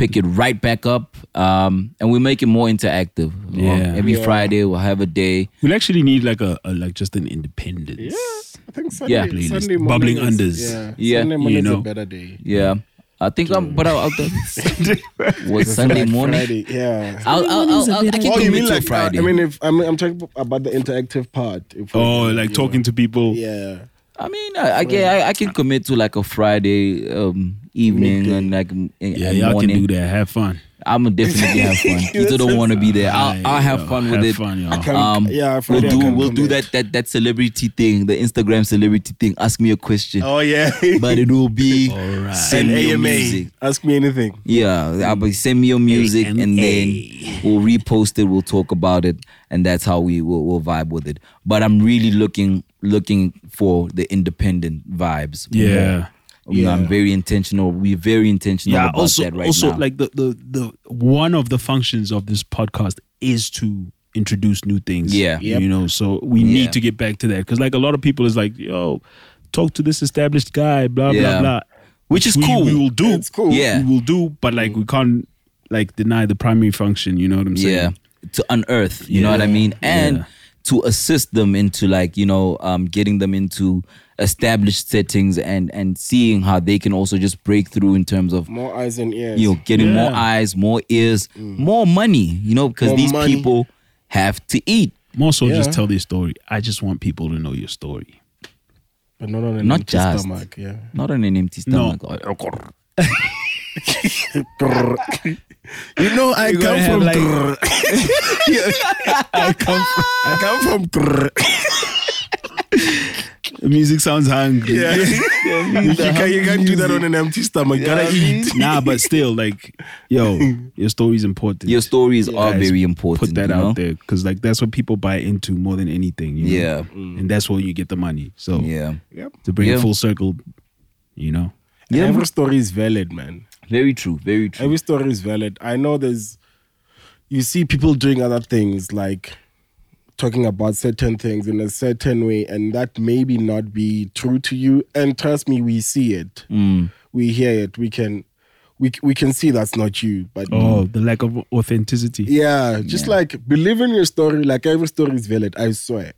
Speaker 3: pick it right back up, um, and we make it more interactive. you know.
Speaker 5: Yeah.
Speaker 3: every
Speaker 2: Yeah.
Speaker 3: Friday we'll have a day.
Speaker 5: We'll actually need like a, a like just an independence.
Speaker 2: Yeah. I think Sunday,
Speaker 3: Yeah.
Speaker 5: Playlist.
Speaker 2: Sunday morning
Speaker 5: Bubbling
Speaker 2: is-
Speaker 5: Unders.
Speaker 2: Yeah.
Speaker 3: Yeah,
Speaker 2: Sunday
Speaker 3: you
Speaker 2: morning is
Speaker 5: know.
Speaker 2: a better day.
Speaker 3: Yeah, I think I'm. But I'll, I'll was Sunday
Speaker 2: Like
Speaker 3: morning.
Speaker 2: Friday, yeah.
Speaker 3: I'll, I'll, I'll, I'll, I can
Speaker 2: Oh, you mean
Speaker 3: commit to a
Speaker 2: like
Speaker 3: Friday.
Speaker 2: I mean, if I mean, I'm talking about the interactive part. If we-
Speaker 5: Oh, like
Speaker 2: yeah.
Speaker 5: talking to people.
Speaker 2: Yeah,
Speaker 3: I mean, uh, I, I can I, I can commit to like a Friday um, evening
Speaker 2: Midday.
Speaker 3: and like m- and
Speaker 5: Yeah, y'all
Speaker 3: morning.
Speaker 5: can do that. Have fun.
Speaker 3: I'm gonna definitely have fun. You don't want to be there. I'll, I'll have
Speaker 5: Yo,
Speaker 3: fun with
Speaker 5: have
Speaker 3: it.
Speaker 5: Fun, y'all.
Speaker 2: Can-
Speaker 3: Um,
Speaker 2: yeah,
Speaker 3: we'll
Speaker 2: Friday I
Speaker 3: do
Speaker 2: can
Speaker 3: we'll do
Speaker 2: commit.
Speaker 3: that that that celebrity thing, the Instagram celebrity thing. Ask me a question,
Speaker 2: Oh yeah.
Speaker 3: but it will be
Speaker 5: Alright.
Speaker 3: send
Speaker 2: An
Speaker 3: me your
Speaker 2: AMA.
Speaker 3: music.
Speaker 2: Ask me anything.
Speaker 5: Mm-hmm.
Speaker 3: Yeah, I'll be send me your music, and then we'll repost it. We'll talk about it, and that's how we will we'll vibe with it. But I'm really looking looking for the independent vibes.
Speaker 5: Yeah.
Speaker 3: You know, I'm very intentional. We're very intentional
Speaker 5: yeah.
Speaker 3: about
Speaker 5: Also,
Speaker 3: that right
Speaker 5: also
Speaker 3: now.
Speaker 5: like the, the the one of the functions of this podcast is to introduce new things.
Speaker 3: Yeah.
Speaker 5: You know, so we
Speaker 3: Yeah.
Speaker 5: need to get back to that because like a lot of people is like, yo, talk to this established guy, blah
Speaker 3: Yeah.
Speaker 5: blah blah,
Speaker 3: Which is
Speaker 5: we,
Speaker 3: cool.
Speaker 5: We will do.
Speaker 2: It's cool.
Speaker 3: Yeah.
Speaker 5: We will do, but like we can't like deny the primary function. You know what I'm saying?
Speaker 3: yeah to unearth you know what i mean and
Speaker 5: Yeah.
Speaker 3: to assist them into like you know um, getting them into established settings and and seeing how they can also just break through in terms of
Speaker 2: More eyes and ears.
Speaker 3: you know getting more
Speaker 5: Yeah.
Speaker 3: eyes more ears more money you know because
Speaker 2: Mm. More
Speaker 3: these
Speaker 2: money.
Speaker 3: people have to eat
Speaker 5: More so, just
Speaker 2: Yeah.
Speaker 5: tell their story. I just want people to know your story.
Speaker 2: but not on an
Speaker 3: Not
Speaker 2: empty
Speaker 3: just.
Speaker 2: stomach. Yeah.
Speaker 3: not on an empty
Speaker 5: No.
Speaker 3: stomach
Speaker 2: You know, I
Speaker 5: gonna
Speaker 2: come
Speaker 5: have
Speaker 2: from.
Speaker 5: like-
Speaker 2: grrr. I come from. grrr.
Speaker 5: Music sounds hungry.
Speaker 2: Yeah. you, can, you can't do that on an empty stomach. Gotta eat.
Speaker 5: nah, but still, like, yo, your story's important.
Speaker 3: your stories are
Speaker 5: Guys,
Speaker 3: very important
Speaker 5: Put that
Speaker 3: you know?
Speaker 5: out there because, like, that's what people buy into more than anything. you know?
Speaker 3: Yeah.
Speaker 2: Mm.
Speaker 5: and that's where you get the money. So
Speaker 3: yeah
Speaker 5: to bring
Speaker 3: Yeah.
Speaker 5: it full circle, you know.
Speaker 3: Yeah,
Speaker 2: Every
Speaker 3: man.
Speaker 2: story is valid, man.
Speaker 3: very true very true
Speaker 2: Every story is valid. I know there's. You see people doing other things, like talking about certain things in a certain way, and that maybe not be true to you. And trust me, we see it.
Speaker 5: Mm.
Speaker 2: We hear it. We can. We, we can see that's not you, but
Speaker 5: Oh, the lack of authenticity.
Speaker 2: Yeah, just like believe in your story. Like every story is valid. I swear.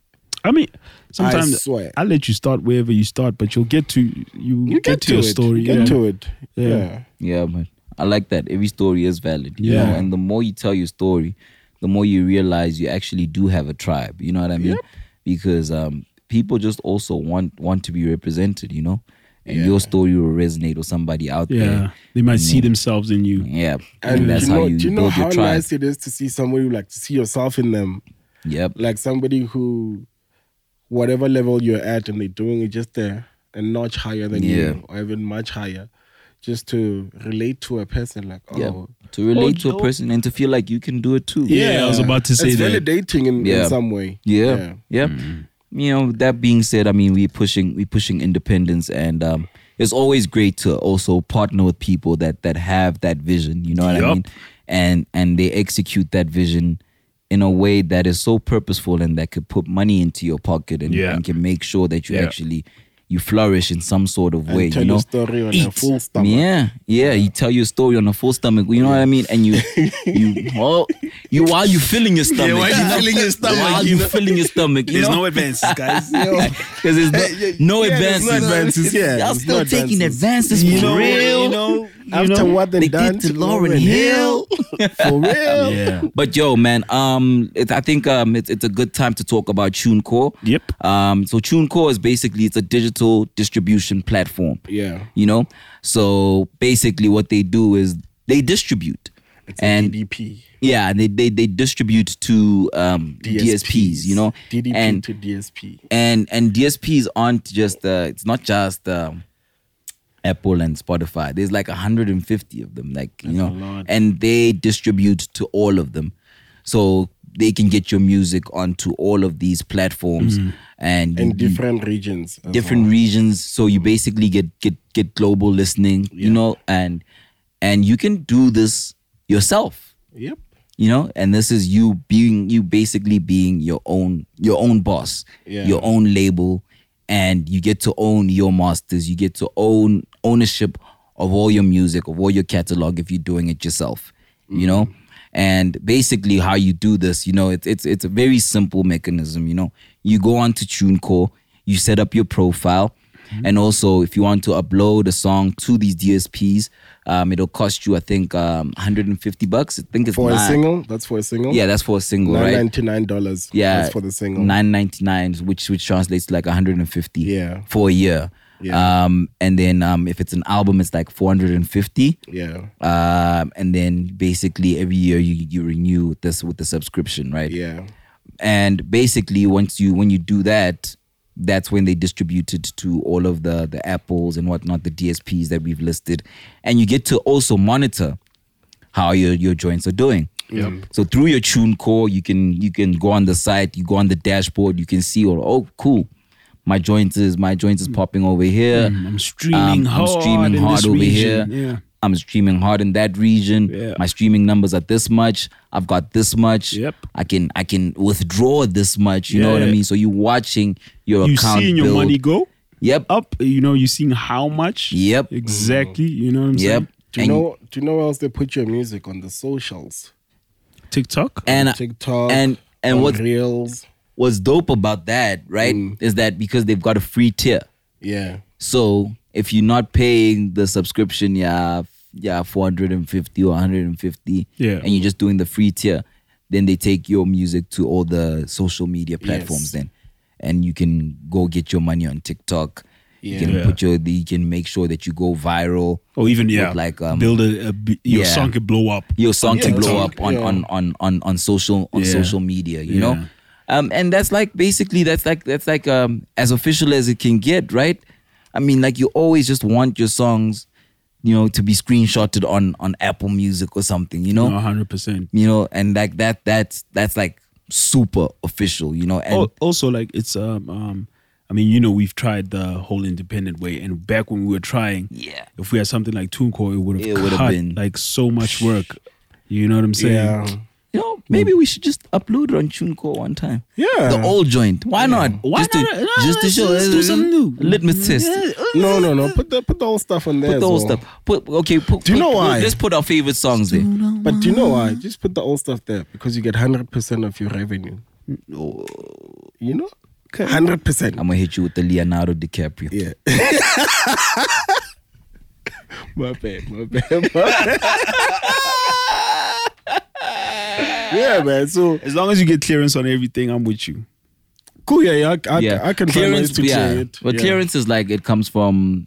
Speaker 5: I mean, sometimes I,
Speaker 2: swear.
Speaker 5: let you start wherever you start, but you'll get to you,
Speaker 2: You get, to
Speaker 5: your
Speaker 2: it.
Speaker 5: story.
Speaker 2: You get
Speaker 5: yeah.
Speaker 2: to it. Yeah.
Speaker 3: Yeah, man. I like that. Every story is valid. You
Speaker 5: Yeah.
Speaker 3: know, and the more you tell your story, the more you realize you actually do have a tribe. You know what I mean? Because um, people just also want want to be represented. You know, and your story will resonate with somebody out
Speaker 5: Yeah,
Speaker 3: there.
Speaker 5: they might see themselves in you.
Speaker 3: Yeah,
Speaker 2: And
Speaker 3: that's
Speaker 2: you know,
Speaker 3: how you
Speaker 2: do you know
Speaker 3: build
Speaker 2: how
Speaker 3: your tribe.
Speaker 2: nice it is to see somebody like to see yourself in them,
Speaker 3: Yep.
Speaker 2: like somebody who, whatever level you're at, and they're doing it just there a notch higher than
Speaker 3: Yeah.
Speaker 2: you, or even much higher, just to relate to a person. Like, oh,
Speaker 3: Yeah. To relate to a person and to feel like you can do it too.
Speaker 5: Yeah, I was about to say
Speaker 2: it's
Speaker 5: that.
Speaker 2: validating in,
Speaker 3: Yeah.
Speaker 2: in some way.
Speaker 3: Yeah. Yeah.
Speaker 5: Mm-hmm.
Speaker 3: You know, that being said, I mean, we pushing we pushing independence and um it's always great to also partner with people that that have that vision, you know what I
Speaker 5: Yup.
Speaker 3: mean? And and they execute that vision in a way that is so purposeful and that could put money into your pocket and,
Speaker 5: Yeah.
Speaker 3: and can make sure that you
Speaker 5: Yeah.
Speaker 3: actually you flourish in some sort of way.
Speaker 2: and tell
Speaker 3: you know,
Speaker 2: your story on a
Speaker 5: eat.
Speaker 2: full stomach.
Speaker 3: yeah, yeah. You tell your story on a full stomach. You know what I mean? And you, you, well, you while you filling your stomach,
Speaker 1: while
Speaker 3: you
Speaker 1: you
Speaker 3: know?
Speaker 1: filling your stomach,
Speaker 3: while
Speaker 1: you
Speaker 3: you filling your stomach, you
Speaker 5: There's
Speaker 3: know?
Speaker 5: no advances, guys.
Speaker 3: because there's no, no advances.
Speaker 2: advances, yeah,
Speaker 3: y'all
Speaker 2: there's
Speaker 3: still
Speaker 2: no
Speaker 3: taking advances for
Speaker 2: You know,
Speaker 3: real.
Speaker 2: you know, after what they,
Speaker 3: they
Speaker 2: done
Speaker 3: did to Lauren Hill.
Speaker 2: for real.
Speaker 5: yeah.
Speaker 3: But yo, man, um, it, I think um, it's it's a good time to talk about TuneCore.
Speaker 5: Yep.
Speaker 3: Um, so TuneCore is basically it's a digital distribution platform.
Speaker 2: Yeah.
Speaker 3: You know, so basically what they do is they distribute and
Speaker 2: DDP,
Speaker 3: yeah, and they they they distribute to um DSPs. You know,
Speaker 2: DDP
Speaker 3: and
Speaker 2: to DSP.
Speaker 3: and and DSPs aren't just uh, it's not just um, Apple and Spotify. There's like 150 of them, like you know, and they distribute to all of them, so they can get your music onto all of these platforms and
Speaker 2: In
Speaker 3: you-
Speaker 2: different regions. as
Speaker 3: different regions so you basically get get get global listening you know and and you can do this yourself
Speaker 2: well. Yep.
Speaker 3: you know and this is you being you basically being your own your own boss
Speaker 2: Yeah.
Speaker 3: your own label and you get to own your masters you get to own ownership of all your music of all your catalog if you're doing it yourself you know
Speaker 2: Mm-hmm.
Speaker 3: and basically how you do this you know it's it's it's a very simple mechanism you know you go on to tunecore you set up your profile
Speaker 2: Mm-hmm.
Speaker 3: and also if you want to upload a song to these dsps um, it'll cost you i think um, 150 bucks i think it's
Speaker 2: For a
Speaker 3: nine-
Speaker 2: single, that's for a single.
Speaker 3: yeah, that's for a single,
Speaker 2: Nine
Speaker 3: right?
Speaker 2: ninety nine dollars.
Speaker 3: Yeah,
Speaker 2: That's for the single.
Speaker 3: Nine ninety nine, which which translates to like one hundred and fifty.
Speaker 2: Yeah.
Speaker 3: for a year.
Speaker 2: Yeah.
Speaker 3: Um, and then um, if it's an album, it's like four hundred and fifty.
Speaker 2: Yeah.
Speaker 3: Um, and then basically every year you you renew this with the subscription, right?
Speaker 2: Yeah.
Speaker 3: And basically once you when you do that, that's when they distribute it to all of the the apples and whatnot, the DSPs that we've listed, and you get to also monitor how your your joints are doing. So through your tune core, you can you can go on the site, you go on the dashboard, you can see, or oh, cool, my joints is my joints is popping over here.
Speaker 5: I'm streaming
Speaker 3: Um,
Speaker 5: hard.
Speaker 3: I'm streaming
Speaker 5: in
Speaker 3: hard
Speaker 5: this
Speaker 3: over
Speaker 5: region.
Speaker 3: here.
Speaker 5: Yeah.
Speaker 3: I'm streaming hard in that region.
Speaker 5: Yeah.
Speaker 3: My streaming numbers are this much. I've got this much.
Speaker 5: Yep.
Speaker 3: I can I can withdraw this much. You know what I
Speaker 5: Yeah.
Speaker 3: mean. So you're watching your
Speaker 5: You
Speaker 3: account.
Speaker 5: seeing your
Speaker 3: build.
Speaker 5: money Oh, go
Speaker 3: Yep.
Speaker 5: up. You know, you seeing how much.
Speaker 3: Yep.
Speaker 5: Exactly. You know what I'm
Speaker 3: Yep.
Speaker 5: saying?
Speaker 2: Do you
Speaker 3: And-
Speaker 2: know do you know where else they put your music on the socials?
Speaker 5: TikTok.
Speaker 3: and
Speaker 2: TikTok
Speaker 3: and and
Speaker 2: on
Speaker 3: what's
Speaker 2: reels.
Speaker 3: what's dope about that, right,
Speaker 5: Mm.
Speaker 3: is that because they've got a free tier.
Speaker 2: Yeah.
Speaker 3: So if you're not paying the subscription, yeah, f- yeah, 450 or 150,
Speaker 5: Yeah.
Speaker 3: and you're just doing the free tier, then they take your music to all the social media platforms then. And you can go get your money on TikTok. You can
Speaker 5: Yeah.
Speaker 3: put your you can make sure that you go viral.
Speaker 5: Or Oh, even yeah,
Speaker 3: like, um,
Speaker 5: build a, a b- your
Speaker 3: yeah.
Speaker 5: song could blow up.
Speaker 3: Your song
Speaker 2: Yeah,
Speaker 3: can blow
Speaker 2: song,
Speaker 3: up on,
Speaker 2: yeah.
Speaker 3: on, on, on, on social on
Speaker 5: Yeah.
Speaker 3: social media, you
Speaker 5: Yeah.
Speaker 3: know? Um, and that's like basically that's like that's like um as official as it can get, right? I mean, like you always just want your songs, you know, to be screenshotted on on Apple Music or something, you know?
Speaker 5: hundred percent.
Speaker 3: You know, and like that that's that's like super official, you know. And
Speaker 5: Al- also like it's um um I mean you know we've tried the whole independent way and back when we were trying
Speaker 3: Yeah.
Speaker 5: if we had something like TuneCore it would
Speaker 3: It would
Speaker 5: have cut
Speaker 3: have been-
Speaker 5: like so much work you know what I'm saying
Speaker 2: Yeah.
Speaker 3: you know, maybe we should just upload it on TuneCore one time.
Speaker 2: Yeah.
Speaker 3: The old joint. Why not?
Speaker 5: Why
Speaker 3: just
Speaker 5: not?
Speaker 3: to
Speaker 5: No,
Speaker 3: just to
Speaker 5: let's-
Speaker 3: show
Speaker 5: let's do something new.
Speaker 3: Litmus test.
Speaker 2: No, no, no. Put the put the whole stuff on there.
Speaker 3: Put
Speaker 2: as
Speaker 3: the
Speaker 2: well.
Speaker 3: old stuff. Put okay. Put,
Speaker 2: Do you
Speaker 3: put-
Speaker 2: know
Speaker 3: put-
Speaker 2: why?
Speaker 3: Let's put our favorite songs there.
Speaker 2: But do you know why? Just put the old stuff there because you get hundred percent of your revenue. You know? Hundred percent.
Speaker 3: I'm gonna hit you with the Leonardo DiCaprio.
Speaker 2: Yeah. my bad, my bad, my bad. yeah, man. So
Speaker 5: as long as you get clearance on everything I'm with you
Speaker 2: cool. Yeah, yeah. I, I,
Speaker 3: Yeah.
Speaker 2: I can find ways
Speaker 3: clearance.
Speaker 2: to
Speaker 3: yeah,
Speaker 2: clear it.
Speaker 3: but
Speaker 2: yeah.
Speaker 3: clearance is like it comes from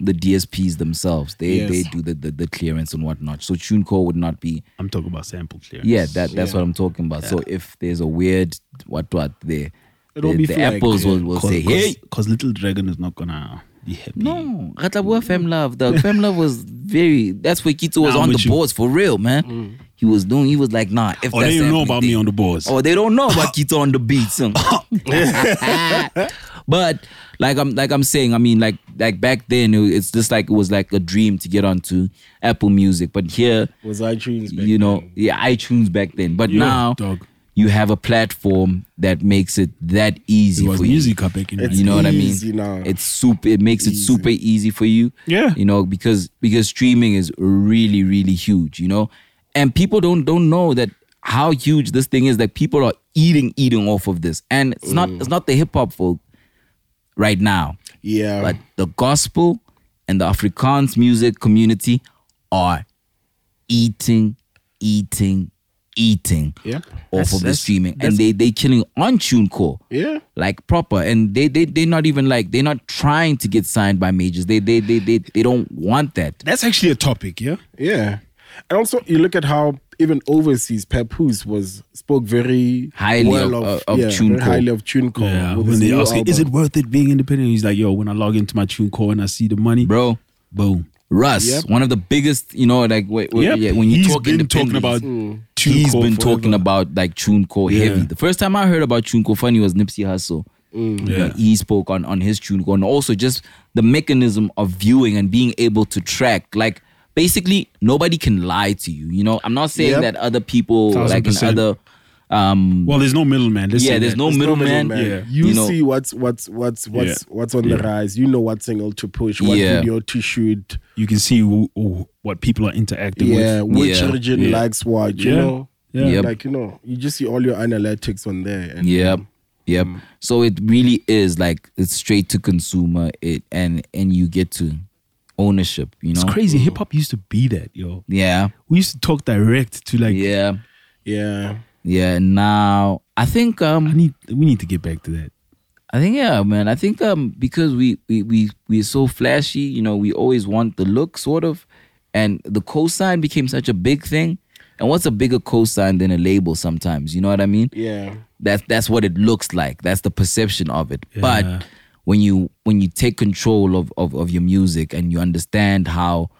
Speaker 3: the DSPs themselves. They
Speaker 2: Yes.
Speaker 3: they do the, the the clearance and whatnot. So TuneCore would not be.
Speaker 5: I'm talking about sample clearance
Speaker 3: Yeah, that that's what I'm talking about. So if there's a weird what what there,
Speaker 2: It'll
Speaker 3: the,
Speaker 2: be
Speaker 3: the
Speaker 2: flagged,
Speaker 3: apples
Speaker 2: yeah.
Speaker 3: will, will
Speaker 5: cause,
Speaker 3: say
Speaker 5: cause,
Speaker 3: hey.
Speaker 5: 'cause Little Dragon is not gonna be happy
Speaker 3: No, Katlabua Fem Love. The Fem Love was very. That's where Kito was
Speaker 5: Nah, I'm
Speaker 3: on the
Speaker 5: with you.
Speaker 3: boards for real, man.
Speaker 2: Mm.
Speaker 3: He was doing. He was like, nah. If
Speaker 2: Oh,
Speaker 5: or
Speaker 3: that's
Speaker 5: they don't know about me
Speaker 3: everything-
Speaker 5: on the boards
Speaker 3: Oh, they don't know about Keto on the beats. huh? but like I'm like I'm saying, I mean, like like back then, it- it's just like it was like a dream to get onto Apple Music. But here,
Speaker 2: was iTunes. Back
Speaker 3: you know, yeah, iTunes back then. But now,
Speaker 5: dog
Speaker 3: you have a platform that makes it that easy
Speaker 5: It was
Speaker 3: for you.
Speaker 5: music up back in the
Speaker 2: It's
Speaker 3: you know what I mean?
Speaker 2: easy now.
Speaker 3: It's super. It makes it
Speaker 2: Easy.
Speaker 3: super easy for you.
Speaker 5: Yeah.
Speaker 3: You know because because streaming is really really huge. You know, and people don't don't know that how huge this thing is. That people are eating eating off of this, and it's not
Speaker 2: Mm.
Speaker 3: it's not the hip hop folk right now,
Speaker 2: yeah.
Speaker 3: but the gospel and the Afrikaans music community are eating eating eating
Speaker 2: Yep.
Speaker 3: off of the streaming, and they they killing on TuneCore
Speaker 2: yeah.
Speaker 3: like proper and they they they're not even like they're not trying to get signed by majors they they they they, they don't want that
Speaker 5: That's actually a topic, yeah.
Speaker 2: Yeah. And also, you look at how even overseas, Papoose was spoke very
Speaker 3: Highly
Speaker 2: well
Speaker 3: of-
Speaker 2: of,
Speaker 3: uh, of- of
Speaker 2: yeah, very
Speaker 3: TuneCore.
Speaker 2: highly of Tunco.
Speaker 5: Yeah, when they ask, you, is it worth it being independent? He's like, yo, when I log into my tune core and I see the money,
Speaker 3: bro
Speaker 5: boom.
Speaker 3: russ
Speaker 2: Yep.
Speaker 3: one of the biggest you know like wait, wait,
Speaker 5: Yep.
Speaker 3: yeah, when you
Speaker 5: He's
Speaker 3: talk
Speaker 5: been talking about
Speaker 3: independence,
Speaker 5: mm.
Speaker 3: he's been talking about like TuneCore
Speaker 5: Yeah.
Speaker 3: heavy the first time i heard about TuneCore funny was nipsey hussle You know,
Speaker 5: Yeah.
Speaker 3: he spoke on on his TuneCore and also just the mechanism of viewing and being able to track like basically nobody can lie to you you know i'm not saying
Speaker 2: Yep.
Speaker 3: that other people
Speaker 5: Thousand
Speaker 3: like in
Speaker 5: percent.
Speaker 3: other um
Speaker 5: Well, there's no middleman. Let's
Speaker 3: yeah
Speaker 5: say
Speaker 3: there's
Speaker 5: that.
Speaker 3: no middleman
Speaker 5: Yeah.
Speaker 2: You,
Speaker 3: know.
Speaker 2: see what's what's what's what's what's on the
Speaker 5: Yeah.
Speaker 2: rise. You know what single to push, what
Speaker 3: Yeah.
Speaker 2: video to shoot.
Speaker 5: You can see who, who- what people are interacting
Speaker 2: Yeah,
Speaker 5: with.
Speaker 2: which
Speaker 3: Yeah.
Speaker 2: region
Speaker 5: Yeah.
Speaker 2: likes what. You
Speaker 5: Yeah.
Speaker 2: know,
Speaker 5: Yeah.
Speaker 3: Yep.
Speaker 2: like you know, you just see all your analytics on there. And
Speaker 3: Yep. Yep.
Speaker 5: Mm.
Speaker 3: So it really is like it's straight to consumer it and and you get to ownership, you know.
Speaker 5: It's crazy. Hip hop used to be that, yo.
Speaker 3: Yeah.
Speaker 5: We used to talk direct to like,
Speaker 3: Yeah.
Speaker 2: yeah,
Speaker 3: Yeah. Now I think
Speaker 5: I
Speaker 3: um
Speaker 5: need, we need to get back to that.
Speaker 3: I think yeah, man. I think um because we we we we're so flashy, you know, we always want the look sort of and the cosign became such a big thing. And what's a bigger cosign than a label sometimes, you know what I mean?
Speaker 2: yeah,
Speaker 3: that's that's what it looks like that's the perception of it
Speaker 5: Yeah.
Speaker 3: but when you when you take control of, of of your music and you understand how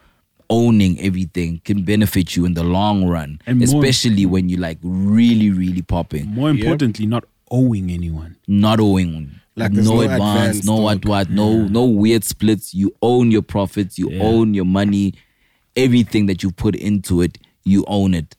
Speaker 3: owning everything can benefit you in the long run
Speaker 5: And more-
Speaker 3: especially when you like really really popping
Speaker 5: More importantly, not owing anyone.
Speaker 3: not owing
Speaker 2: Like, there's
Speaker 3: no,
Speaker 2: no
Speaker 3: advance
Speaker 2: advance,
Speaker 3: no what
Speaker 2: dog.
Speaker 3: what no no weird splits you own your profits you
Speaker 5: Yeah.
Speaker 3: own your money everything that you put into it you own it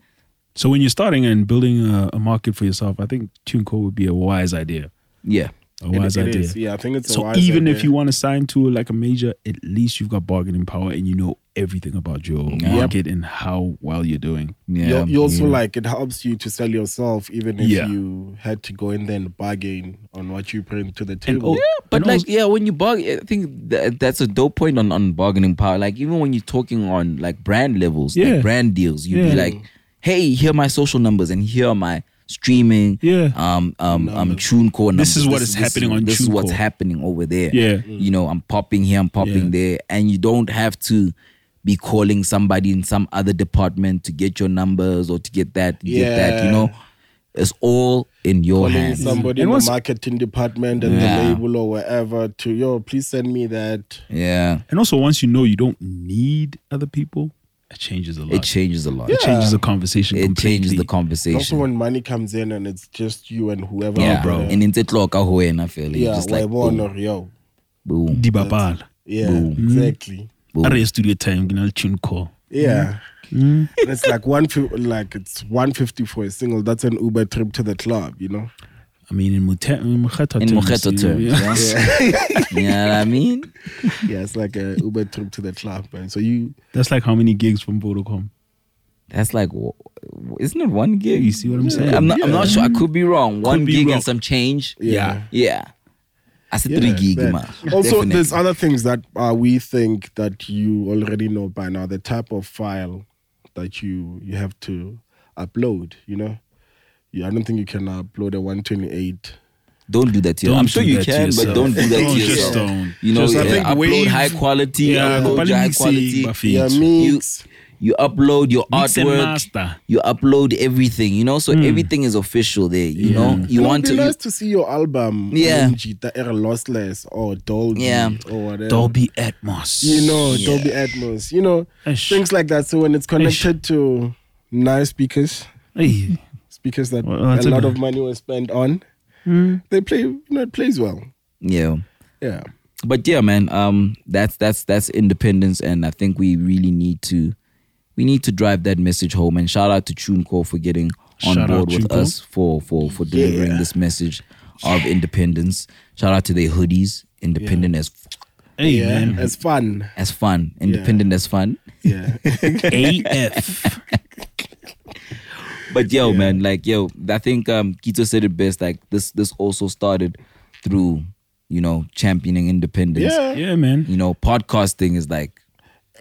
Speaker 5: So when you're starting and building a, a market for yourself, I think TuneCore would be a wise idea.
Speaker 3: yeah
Speaker 5: A
Speaker 2: It-
Speaker 5: wise
Speaker 2: it
Speaker 5: idea.
Speaker 2: is. Yeah, I think it's a
Speaker 5: so
Speaker 2: wise
Speaker 5: even
Speaker 2: idea.
Speaker 5: if you want to sign to like a major, at least you've got bargaining power and you know everything about your market and how well you're doing.
Speaker 3: yeah
Speaker 2: you you also like it helps you to sell yourself, even if
Speaker 5: Yeah.
Speaker 2: you had to go in there and bargain on what you bring to the
Speaker 5: And
Speaker 2: table.
Speaker 5: oh,
Speaker 3: But
Speaker 5: and
Speaker 3: like,
Speaker 5: also-
Speaker 3: yeah, when you bargain, I think that, that's a dope point on, on bargaining power. Like, even when you're talking on like brand levels,
Speaker 5: Yeah.
Speaker 3: like brand deals, you'd
Speaker 5: Yeah.
Speaker 3: be like, "Hey, here are my social numbers, and here are my streaming,
Speaker 5: Yeah.
Speaker 3: um, um, um, TuneCore numbers.
Speaker 5: This is what is happening on
Speaker 3: This is what's
Speaker 5: TuneCore.
Speaker 3: happening over there.
Speaker 5: Yeah. Mm.
Speaker 3: you know, I'm popping here, I'm popping
Speaker 5: Yeah.
Speaker 3: there, and you don't have to." Be calling somebody in some other department to get your numbers or to get that, you get that. You
Speaker 2: Yeah.
Speaker 3: know, it's all in your
Speaker 2: calling
Speaker 3: hands.
Speaker 2: somebody in
Speaker 5: And
Speaker 2: the
Speaker 5: what's-
Speaker 2: marketing department and
Speaker 3: Yeah.
Speaker 2: the label or wherever to yo, please send me that.
Speaker 3: Yeah,
Speaker 5: And also, once you know you don't need other people, it changes a lot.
Speaker 3: it changes a lot.
Speaker 5: It changes the conversation.
Speaker 3: it changes the
Speaker 5: completely.
Speaker 3: conversation.
Speaker 2: Also, when money comes in and it's just you and whoever,
Speaker 3: yeah,
Speaker 5: bro.
Speaker 3: bro. And it's clock ah, I feel it.
Speaker 2: yeah,
Speaker 3: just like
Speaker 2: Waibona or
Speaker 3: boom,
Speaker 2: yo,
Speaker 3: boom.
Speaker 5: Dibabal.
Speaker 2: yeah,
Speaker 3: Boom.
Speaker 2: exactly,
Speaker 3: boom.
Speaker 5: Array studio time, you know, tune call.
Speaker 2: yeah. And it's like one, fif- like it's one fifty for a single. That's an Uber trip to the club, you know.
Speaker 5: I mean, in Muteta in Mokgeta
Speaker 3: In
Speaker 5: terms,
Speaker 3: Mokgeta
Speaker 5: you know,
Speaker 3: terms,
Speaker 5: yeah.
Speaker 3: yeah. you know what I mean?
Speaker 2: Yeah, it's like a Uber trip to the club, man. So you,
Speaker 5: That's like how many gigs from Vodacom.
Speaker 3: That's like, w- isn't it one gig?
Speaker 5: You see what I'm saying?
Speaker 3: I'm not, I'm not sure. I could be wrong. one
Speaker 5: be
Speaker 3: gig
Speaker 5: wrong.
Speaker 3: and some change.
Speaker 2: Yeah.
Speaker 3: Yeah. I said
Speaker 2: yeah,
Speaker 3: three gig,
Speaker 2: man.
Speaker 3: man.
Speaker 2: Also,
Speaker 3: Definitely.
Speaker 2: there's other things that uh, we think that you already know by now. The type of file that you you have to upload, you know. Yeah, I don't think you can upload a 128.
Speaker 3: Don't do that to
Speaker 5: Don't
Speaker 3: yourself. I'm sure
Speaker 5: do
Speaker 3: you
Speaker 5: that to
Speaker 3: can, but
Speaker 5: yourself.
Speaker 3: don't do that
Speaker 5: Don't,
Speaker 3: to
Speaker 5: just
Speaker 3: yourself.
Speaker 5: don't.
Speaker 3: You know,
Speaker 5: Just, I
Speaker 3: yeah,
Speaker 5: think
Speaker 3: upload
Speaker 5: wave-
Speaker 3: high quality.
Speaker 5: Yeah,
Speaker 3: upload
Speaker 5: kupali
Speaker 3: high
Speaker 5: mixi,
Speaker 3: quality.
Speaker 5: bafethu.
Speaker 2: Yeah, mix.
Speaker 3: you upload your
Speaker 5: Mix and
Speaker 3: artwork,
Speaker 5: master.
Speaker 3: you upload everything, you know, so everything is official there, you know.
Speaker 2: It
Speaker 3: You
Speaker 2: would
Speaker 3: want
Speaker 2: be
Speaker 3: to
Speaker 2: nice to see your album,
Speaker 3: Yeah.
Speaker 2: OMG, the era lossless or Dolby
Speaker 3: Yeah.
Speaker 2: or whatever.
Speaker 5: Dolby Atmos.
Speaker 2: You know, Dolby Atmos. You know,
Speaker 5: Ish.
Speaker 2: things like that. So when it's connected to nice speakers,
Speaker 5: Hey,
Speaker 2: speakers that
Speaker 5: Well,
Speaker 2: a
Speaker 5: that's a
Speaker 2: lot
Speaker 5: good-
Speaker 2: of money was spent on, they play. You know, it plays well.
Speaker 3: Yeah.
Speaker 2: Yeah.
Speaker 3: But yeah, man, um that's that's that's independence and I think we really need to we need to drive that message home and shout out to TuneCore for getting on
Speaker 5: Shout out,
Speaker 3: board with
Speaker 5: Chico.
Speaker 3: us for for for delivering this message of independence. Shout out to their hoodies, independent as f-
Speaker 5: Hey,
Speaker 2: yeah,
Speaker 5: man.
Speaker 2: it's fun.
Speaker 3: as fun, independent as fun.
Speaker 2: Yeah,
Speaker 5: AF.
Speaker 3: But yo, man, like yo, I think um Kito said it best. Like this, this also started through you know championing independence.
Speaker 2: yeah.
Speaker 5: yeah, man.
Speaker 3: You know, podcasting is like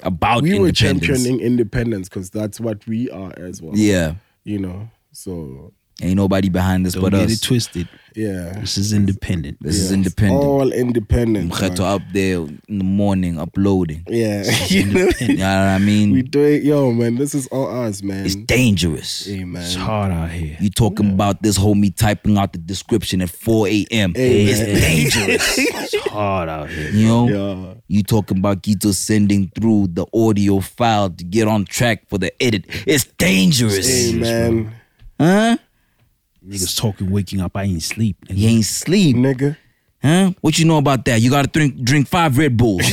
Speaker 3: about
Speaker 2: We were
Speaker 3: independence.
Speaker 2: championing independence because that's what we are as well.
Speaker 3: Yeah,
Speaker 2: you know. So
Speaker 3: ain't nobody behind this
Speaker 5: Don't
Speaker 3: but
Speaker 5: get
Speaker 3: us.
Speaker 5: it uh, twisted.
Speaker 2: yeah,
Speaker 5: This is independent.
Speaker 3: this is
Speaker 2: Yeah.
Speaker 3: independent.
Speaker 2: all independent.
Speaker 3: Mkheto
Speaker 2: man.
Speaker 3: up there in the morning uploading.
Speaker 2: Yeah, you know,
Speaker 3: You know what I
Speaker 2: we
Speaker 3: mean?
Speaker 2: do it, yo, man. This is all us, man.
Speaker 3: It's dangerous.
Speaker 2: Hey, man.
Speaker 5: It's hard out here.
Speaker 3: You talking about this homie typing out the description at 4 a.m.
Speaker 2: Hey,
Speaker 3: it's
Speaker 2: man.
Speaker 3: dangerous.
Speaker 5: It's hard out here.
Speaker 3: you know?
Speaker 2: Yeah,
Speaker 3: You talking about Gito sending through the audio file to get on track for the edit. It's dangerous.
Speaker 2: hey, man,
Speaker 3: Huh?
Speaker 5: Niggas talking, waking up. I ain't sleep. nigga.
Speaker 3: You ain't sleep.
Speaker 2: nigga.
Speaker 3: Huh? What you know about that? You gotta drink drink five Red Bulls.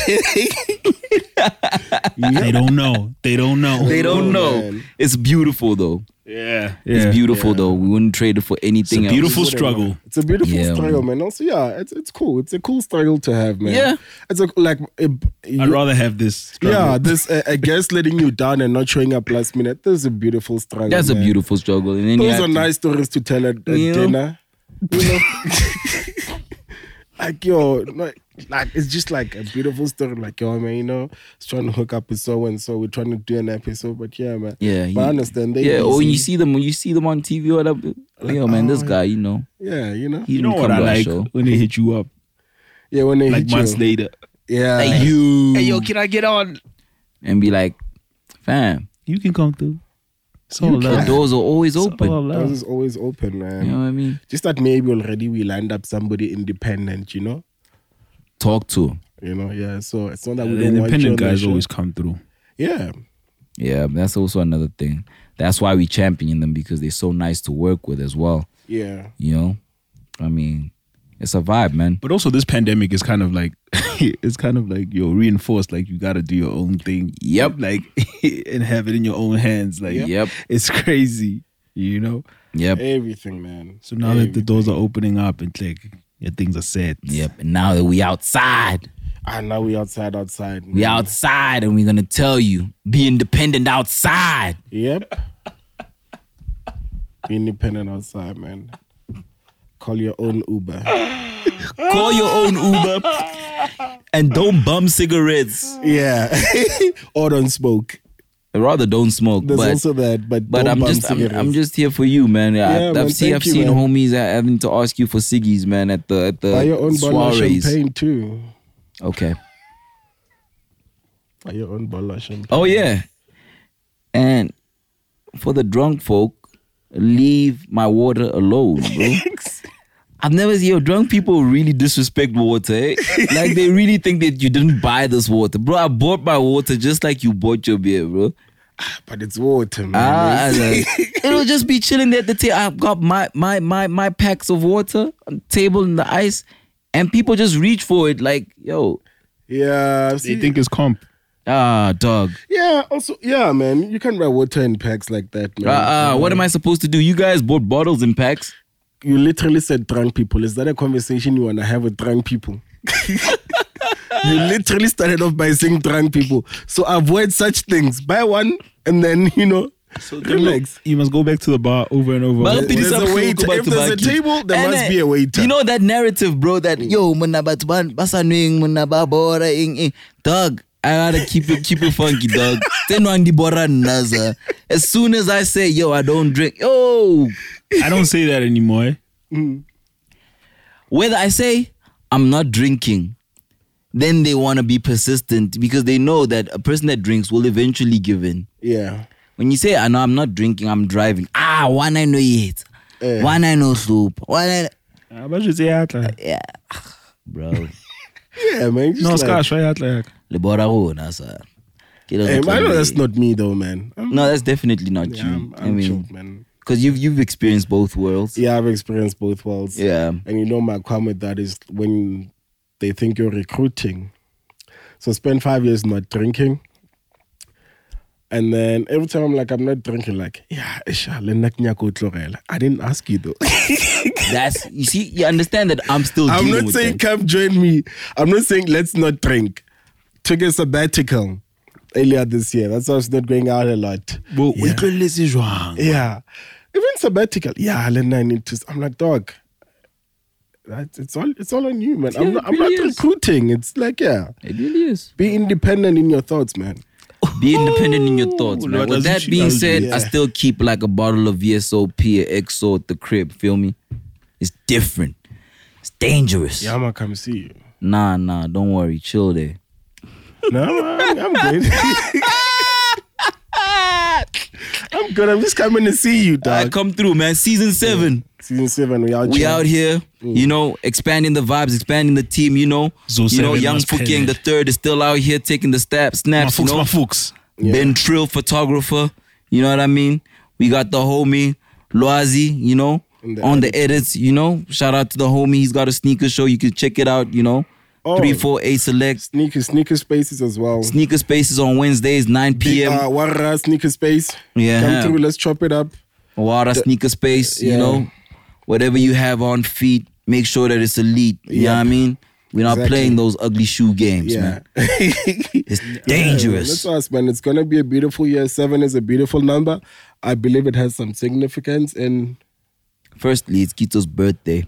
Speaker 5: They don't know. They don't know.
Speaker 3: they don't know.
Speaker 2: man.
Speaker 3: It's beautiful though.
Speaker 5: yeah.
Speaker 3: It's
Speaker 5: beautiful.
Speaker 3: beautiful though. We wouldn't trade it for anything else.
Speaker 5: beautiful struggle.
Speaker 2: It's a beautiful
Speaker 3: Yeah,
Speaker 2: struggle, man. Also, yeah, it's it's cool. It's a cool struggle to have, man.
Speaker 3: Yeah.
Speaker 2: it's a, like it,
Speaker 5: I'd
Speaker 2: you-
Speaker 5: rather have this.
Speaker 2: yeah. This uh, I guess letting you down and not showing up last minute. This is a beautiful struggle.
Speaker 3: That's
Speaker 2: man.
Speaker 3: a beautiful struggle. And then you
Speaker 2: Those
Speaker 3: have
Speaker 2: are
Speaker 3: to-
Speaker 2: nice stories to tell at, at
Speaker 3: You know?
Speaker 2: dinner. You know? like yo, no, like it's just like a beautiful story. Like yo, man, you know, just trying to hook up with so and so. We're trying to do an episode, but yeah, man.
Speaker 3: Yeah,
Speaker 2: but
Speaker 3: you-
Speaker 2: I understand. They
Speaker 3: Yeah, or
Speaker 2: busy.
Speaker 3: when you see them when you see them on TV or whatever. Like, yo, man,
Speaker 2: Oh,
Speaker 3: this guy, you know,
Speaker 2: yeah, you know,
Speaker 3: he
Speaker 5: You know
Speaker 3: didn't
Speaker 5: what I
Speaker 3: come to our
Speaker 5: like?
Speaker 3: show.
Speaker 5: When they hit you up,
Speaker 2: yeah, when they
Speaker 5: like
Speaker 2: hit you,
Speaker 5: months later.
Speaker 2: yeah,
Speaker 5: you. Hey, yo, can I get on?
Speaker 3: and be like, fam,
Speaker 5: You can come through. It's all
Speaker 3: the
Speaker 5: love.
Speaker 3: doors are always
Speaker 5: It's
Speaker 3: open.
Speaker 5: all love.
Speaker 2: doors is always open, man.
Speaker 3: You know what I mean?
Speaker 2: Just that maybe already we lined up somebody independent, you know,
Speaker 3: Talk to him.
Speaker 2: you know, yeah. So it's not that we
Speaker 5: The
Speaker 2: don't
Speaker 5: independent
Speaker 2: want you on the
Speaker 5: guys
Speaker 2: show.
Speaker 5: always come through.
Speaker 2: yeah,
Speaker 3: Yeah, that's also another thing. That's why we champion them because they're so nice to work with as well.
Speaker 2: yeah,
Speaker 3: You know, I mean, it's a vibe, man.
Speaker 5: But also, this pandemic is kind of like it's kind of like you're reinforced. Like you got to do your own thing.
Speaker 3: Yep.
Speaker 5: Like and have it in your own hands. Like
Speaker 3: Yep.
Speaker 5: it's crazy. You know.
Speaker 3: Yep,
Speaker 2: everything, man.
Speaker 5: So now that the doors are opening up and like yeah, things are set.
Speaker 3: yep. And now that we outside,
Speaker 2: And Ah, now we outside, outside.
Speaker 3: we
Speaker 2: man.
Speaker 3: outside, and we're gonna tell you, be independent outside.
Speaker 2: Yep. Be independent outside, man. Call your own Uber.
Speaker 3: Call your own Uber, and don't bum cigarettes.
Speaker 2: Yeah. or don't smoke.
Speaker 3: I rather don't smoke.
Speaker 2: There's
Speaker 3: but
Speaker 2: also that, but
Speaker 3: but
Speaker 2: don't
Speaker 3: I'm
Speaker 2: bum
Speaker 3: just I'm, I'm
Speaker 2: cigarettes.
Speaker 3: just here for you, man. I,
Speaker 2: Yeah,
Speaker 3: I've
Speaker 2: man,
Speaker 3: seen I've
Speaker 2: thank you,
Speaker 3: seen
Speaker 2: man.
Speaker 3: homies a- having to ask you for ciggies, man, at the at the
Speaker 2: buy your own bottle of
Speaker 3: uh, soirees.
Speaker 2: champagne too.
Speaker 3: Okay.
Speaker 2: Buy your own bottle of champagne.
Speaker 3: Oh yeah. And for the drunk folk, leave my water alone, bro. I've never seen yo, drunk people really disrespect water. eh? Like they really think that you didn't buy this water. Bro, I bought my water just like you bought your beer, bro.
Speaker 2: But it's water, man.
Speaker 3: Ah, I know. it'll just be chilling there at the table. I've got my my my my packs of water on the table in the ice, and people just reach for it like, yo,
Speaker 2: yeah.
Speaker 5: They
Speaker 2: See,
Speaker 5: think it's comp.
Speaker 3: ah, dog,
Speaker 2: yeah, also yeah, man. You can buy water in packs like that, man.
Speaker 3: ah, ah, what am I supposed to do? You guys bought bottles in packs.
Speaker 2: you literally said drunk people. Is that a conversation you want to have with drunk people? you literally started off by saying drunk people. So avoid such things. Buy one and then, you know, relax.
Speaker 5: You must go back to the bar over and over.
Speaker 3: Well,
Speaker 2: there's
Speaker 3: Pidisa
Speaker 2: a
Speaker 3: Phuku
Speaker 2: waiter.
Speaker 3: about
Speaker 2: If there's a
Speaker 3: tobacco.
Speaker 2: table, there
Speaker 3: And
Speaker 2: must
Speaker 3: then,
Speaker 2: be a waiter. Mm.
Speaker 3: You know that narrative, bro, that yo, muna ba tuban- basa nweng, muna ba bora ing ing. Dog, I gotta keep it keep it funky, dog. Teno andi bora naza. As soon as I say, yo, I don't drink, yo,
Speaker 5: I don't say that anymore. eh?
Speaker 3: whether I say I'm not drinking, then they want to be persistent because they know that a person that drinks will eventually give in.
Speaker 2: Yeah.
Speaker 3: When you say, "I know I'm not drinking, I'm driving," ah, one I know it,
Speaker 2: Eh.
Speaker 3: one I know soup, one I,
Speaker 5: Ah, but you say out like-
Speaker 3: bro,
Speaker 2: Yeah, man. Just
Speaker 5: No,
Speaker 2: like,
Speaker 5: Scotch, right? out like-
Speaker 3: lebora rona, sir. Ke le
Speaker 2: Hey,
Speaker 3: re
Speaker 2: man, Eh, I know that's
Speaker 3: tlohele.
Speaker 2: not me though, man. I'm,
Speaker 3: No, that's definitely not
Speaker 2: yeah,
Speaker 3: you.
Speaker 2: I'm,
Speaker 3: i
Speaker 2: I'm
Speaker 3: mean,
Speaker 2: chilled, man.
Speaker 3: because you've you've experienced both worlds.
Speaker 2: Yeah, I've experienced both worlds.
Speaker 3: Yeah.
Speaker 2: And you know my comment with that is when they think you're recruiting. So spend five years not drinking. And then every time I'm like, I'm not drinking, like, yeah, esha, le nna ke nyaka ho tlohela." I didn't ask you though.
Speaker 3: That's you see, you understand that I'm still.
Speaker 2: I'm
Speaker 3: dealing
Speaker 2: not
Speaker 3: with
Speaker 2: saying
Speaker 3: that.
Speaker 2: come join me. I'm not saying let's not drink. Took a sabbatical earlier this year. That's why I was not going out a lot.
Speaker 3: Oh,
Speaker 5: Well,
Speaker 2: yeah.
Speaker 5: utlweletse jwang?
Speaker 2: yeah. Even sabbatical. Yeah, then I need to. s- I'm like, dog. That's, it's all it's all on you, man.
Speaker 3: Yeah,
Speaker 2: I'm not,
Speaker 3: it
Speaker 2: I'm not
Speaker 3: really is.
Speaker 2: recruiting. It's like, yeah.
Speaker 3: It really is.
Speaker 2: Be independent in your thoughts, man.
Speaker 3: Be independent in
Speaker 2: Oh,
Speaker 3: your thoughts,
Speaker 5: Ooh,
Speaker 3: man.
Speaker 5: Lord,
Speaker 3: With
Speaker 5: that's-
Speaker 3: that being said,
Speaker 2: yeah.
Speaker 3: I still keep like a bottle of VSOP or XO at the crib. Feel me? It's different. It's dangerous.
Speaker 2: Yeah, I'm gonna come see you.
Speaker 3: Nah, nah. Don't worry. Chill there.
Speaker 2: No, I'm, I'm good. I'm good. I'm just coming to see you,
Speaker 3: I
Speaker 2: dog.
Speaker 3: come through, man. Season seven.
Speaker 2: Season seven, we out.
Speaker 3: We
Speaker 2: here.
Speaker 3: out here,
Speaker 2: Mm.
Speaker 3: you know, expanding the vibes, expanding the team, you know.
Speaker 5: Zo
Speaker 3: you know,
Speaker 5: seven
Speaker 3: young
Speaker 5: was
Speaker 3: Fukeng the
Speaker 5: paired.
Speaker 3: third is still out here taking the stab
Speaker 5: My
Speaker 3: snaps, you
Speaker 5: folks,
Speaker 3: know.
Speaker 5: my folks.
Speaker 3: Ben Trill photographer, you know what I mean? We got the homie Loazi, you know,
Speaker 2: In the
Speaker 3: on the edits, you know. Shout out to the homie. He's got a sneaker show. You can check it out, you know.
Speaker 2: Oh.
Speaker 3: 348 Select.
Speaker 2: Sneaker, sneaker spaces as well.
Speaker 3: Sneaker spaces on Wednesdays, 9 p.m.
Speaker 2: Uh, Warra sneaker space.
Speaker 3: Yeah.
Speaker 2: Come through. Let's chop it up.
Speaker 3: Wada sneaker space,
Speaker 2: yeah.
Speaker 3: you know, whatever you have on feet, make sure that it's elite. You know what I mean? We're not
Speaker 2: Exactly.
Speaker 3: playing those ugly shoe games,
Speaker 2: Yeah.
Speaker 3: man. It's
Speaker 2: That's
Speaker 3: dangerous.
Speaker 2: us, man. It's gonna be a beautiful year. Seven is a beautiful number. I believe it has some significance, and
Speaker 3: Firstly, it's Kito's birthday,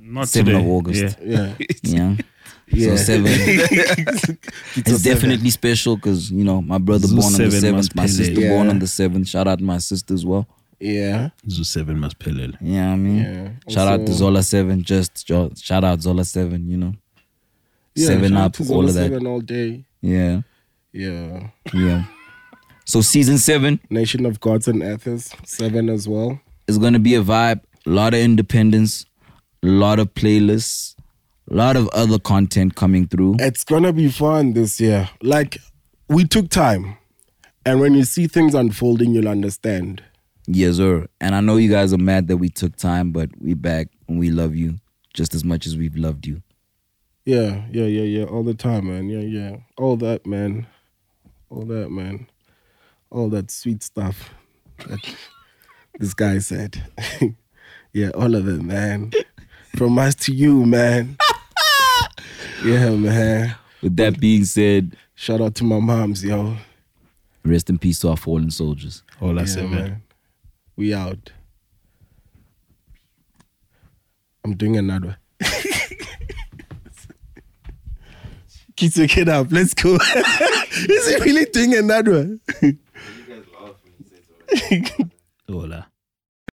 Speaker 5: Not
Speaker 3: 7th
Speaker 5: today.
Speaker 3: of August.
Speaker 5: Yeah.
Speaker 2: yeah,
Speaker 3: Yeah.
Speaker 2: Yeah.
Speaker 3: So seven. it's definitely special because you know my brother
Speaker 5: Zeus
Speaker 3: born on the
Speaker 5: seven
Speaker 3: seventh,
Speaker 5: must
Speaker 3: my
Speaker 5: pay
Speaker 3: sister
Speaker 2: late.
Speaker 3: born
Speaker 2: Yeah.
Speaker 3: on the seventh. Shout out to my sister as well.
Speaker 2: yeah.
Speaker 5: Zu7 must pelele.
Speaker 3: You know what I mean?
Speaker 2: Yeah.
Speaker 3: Shout out to
Speaker 2: Also-
Speaker 3: Zola Seven. Just jo- shout out Zola Seven. You know,
Speaker 2: yeah
Speaker 3: Seven
Speaker 2: shout out
Speaker 3: Up,
Speaker 2: to
Speaker 3: all
Speaker 2: Zola
Speaker 3: of that.
Speaker 2: Seven all day.
Speaker 3: Yeah,
Speaker 2: Yeah,
Speaker 3: yeah. so season seven,
Speaker 2: Nation of Gods and Athens. Seven as well.
Speaker 3: It's gonna be a vibe. A lot of independence, a lot of playlists, a lot of other content coming through.
Speaker 2: It's gonna be fun this year. Like we took time, and when you see things unfolding, you'll understand.
Speaker 3: Yes, sir. And I know you guys are mad that we took time, but we back and we love you just as much as we've loved you.
Speaker 2: Yeah, yeah, yeah, yeah. All the time, man. Yeah, yeah. All that, man. All that, man. All that sweet stuff that this guy said. yeah, all of it, man. From us to you, man. yeah, man.
Speaker 3: With that being said,
Speaker 2: Shout out to my moms, yo.
Speaker 3: rest in peace to our fallen soldiers.
Speaker 5: All I
Speaker 2: Yeah,
Speaker 5: said, man.
Speaker 2: man. We out. I'm doing another. Kids, your kid up. Let's go. Is he really doing another?
Speaker 5: Hola.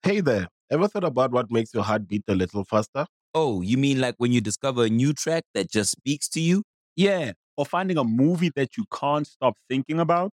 Speaker 1: Hey there. Ever thought about what makes your heart beat a little faster?
Speaker 3: Oh, you mean like when you discover a new track that just speaks to you?
Speaker 6: Yeah, or finding a movie that you can't stop thinking about.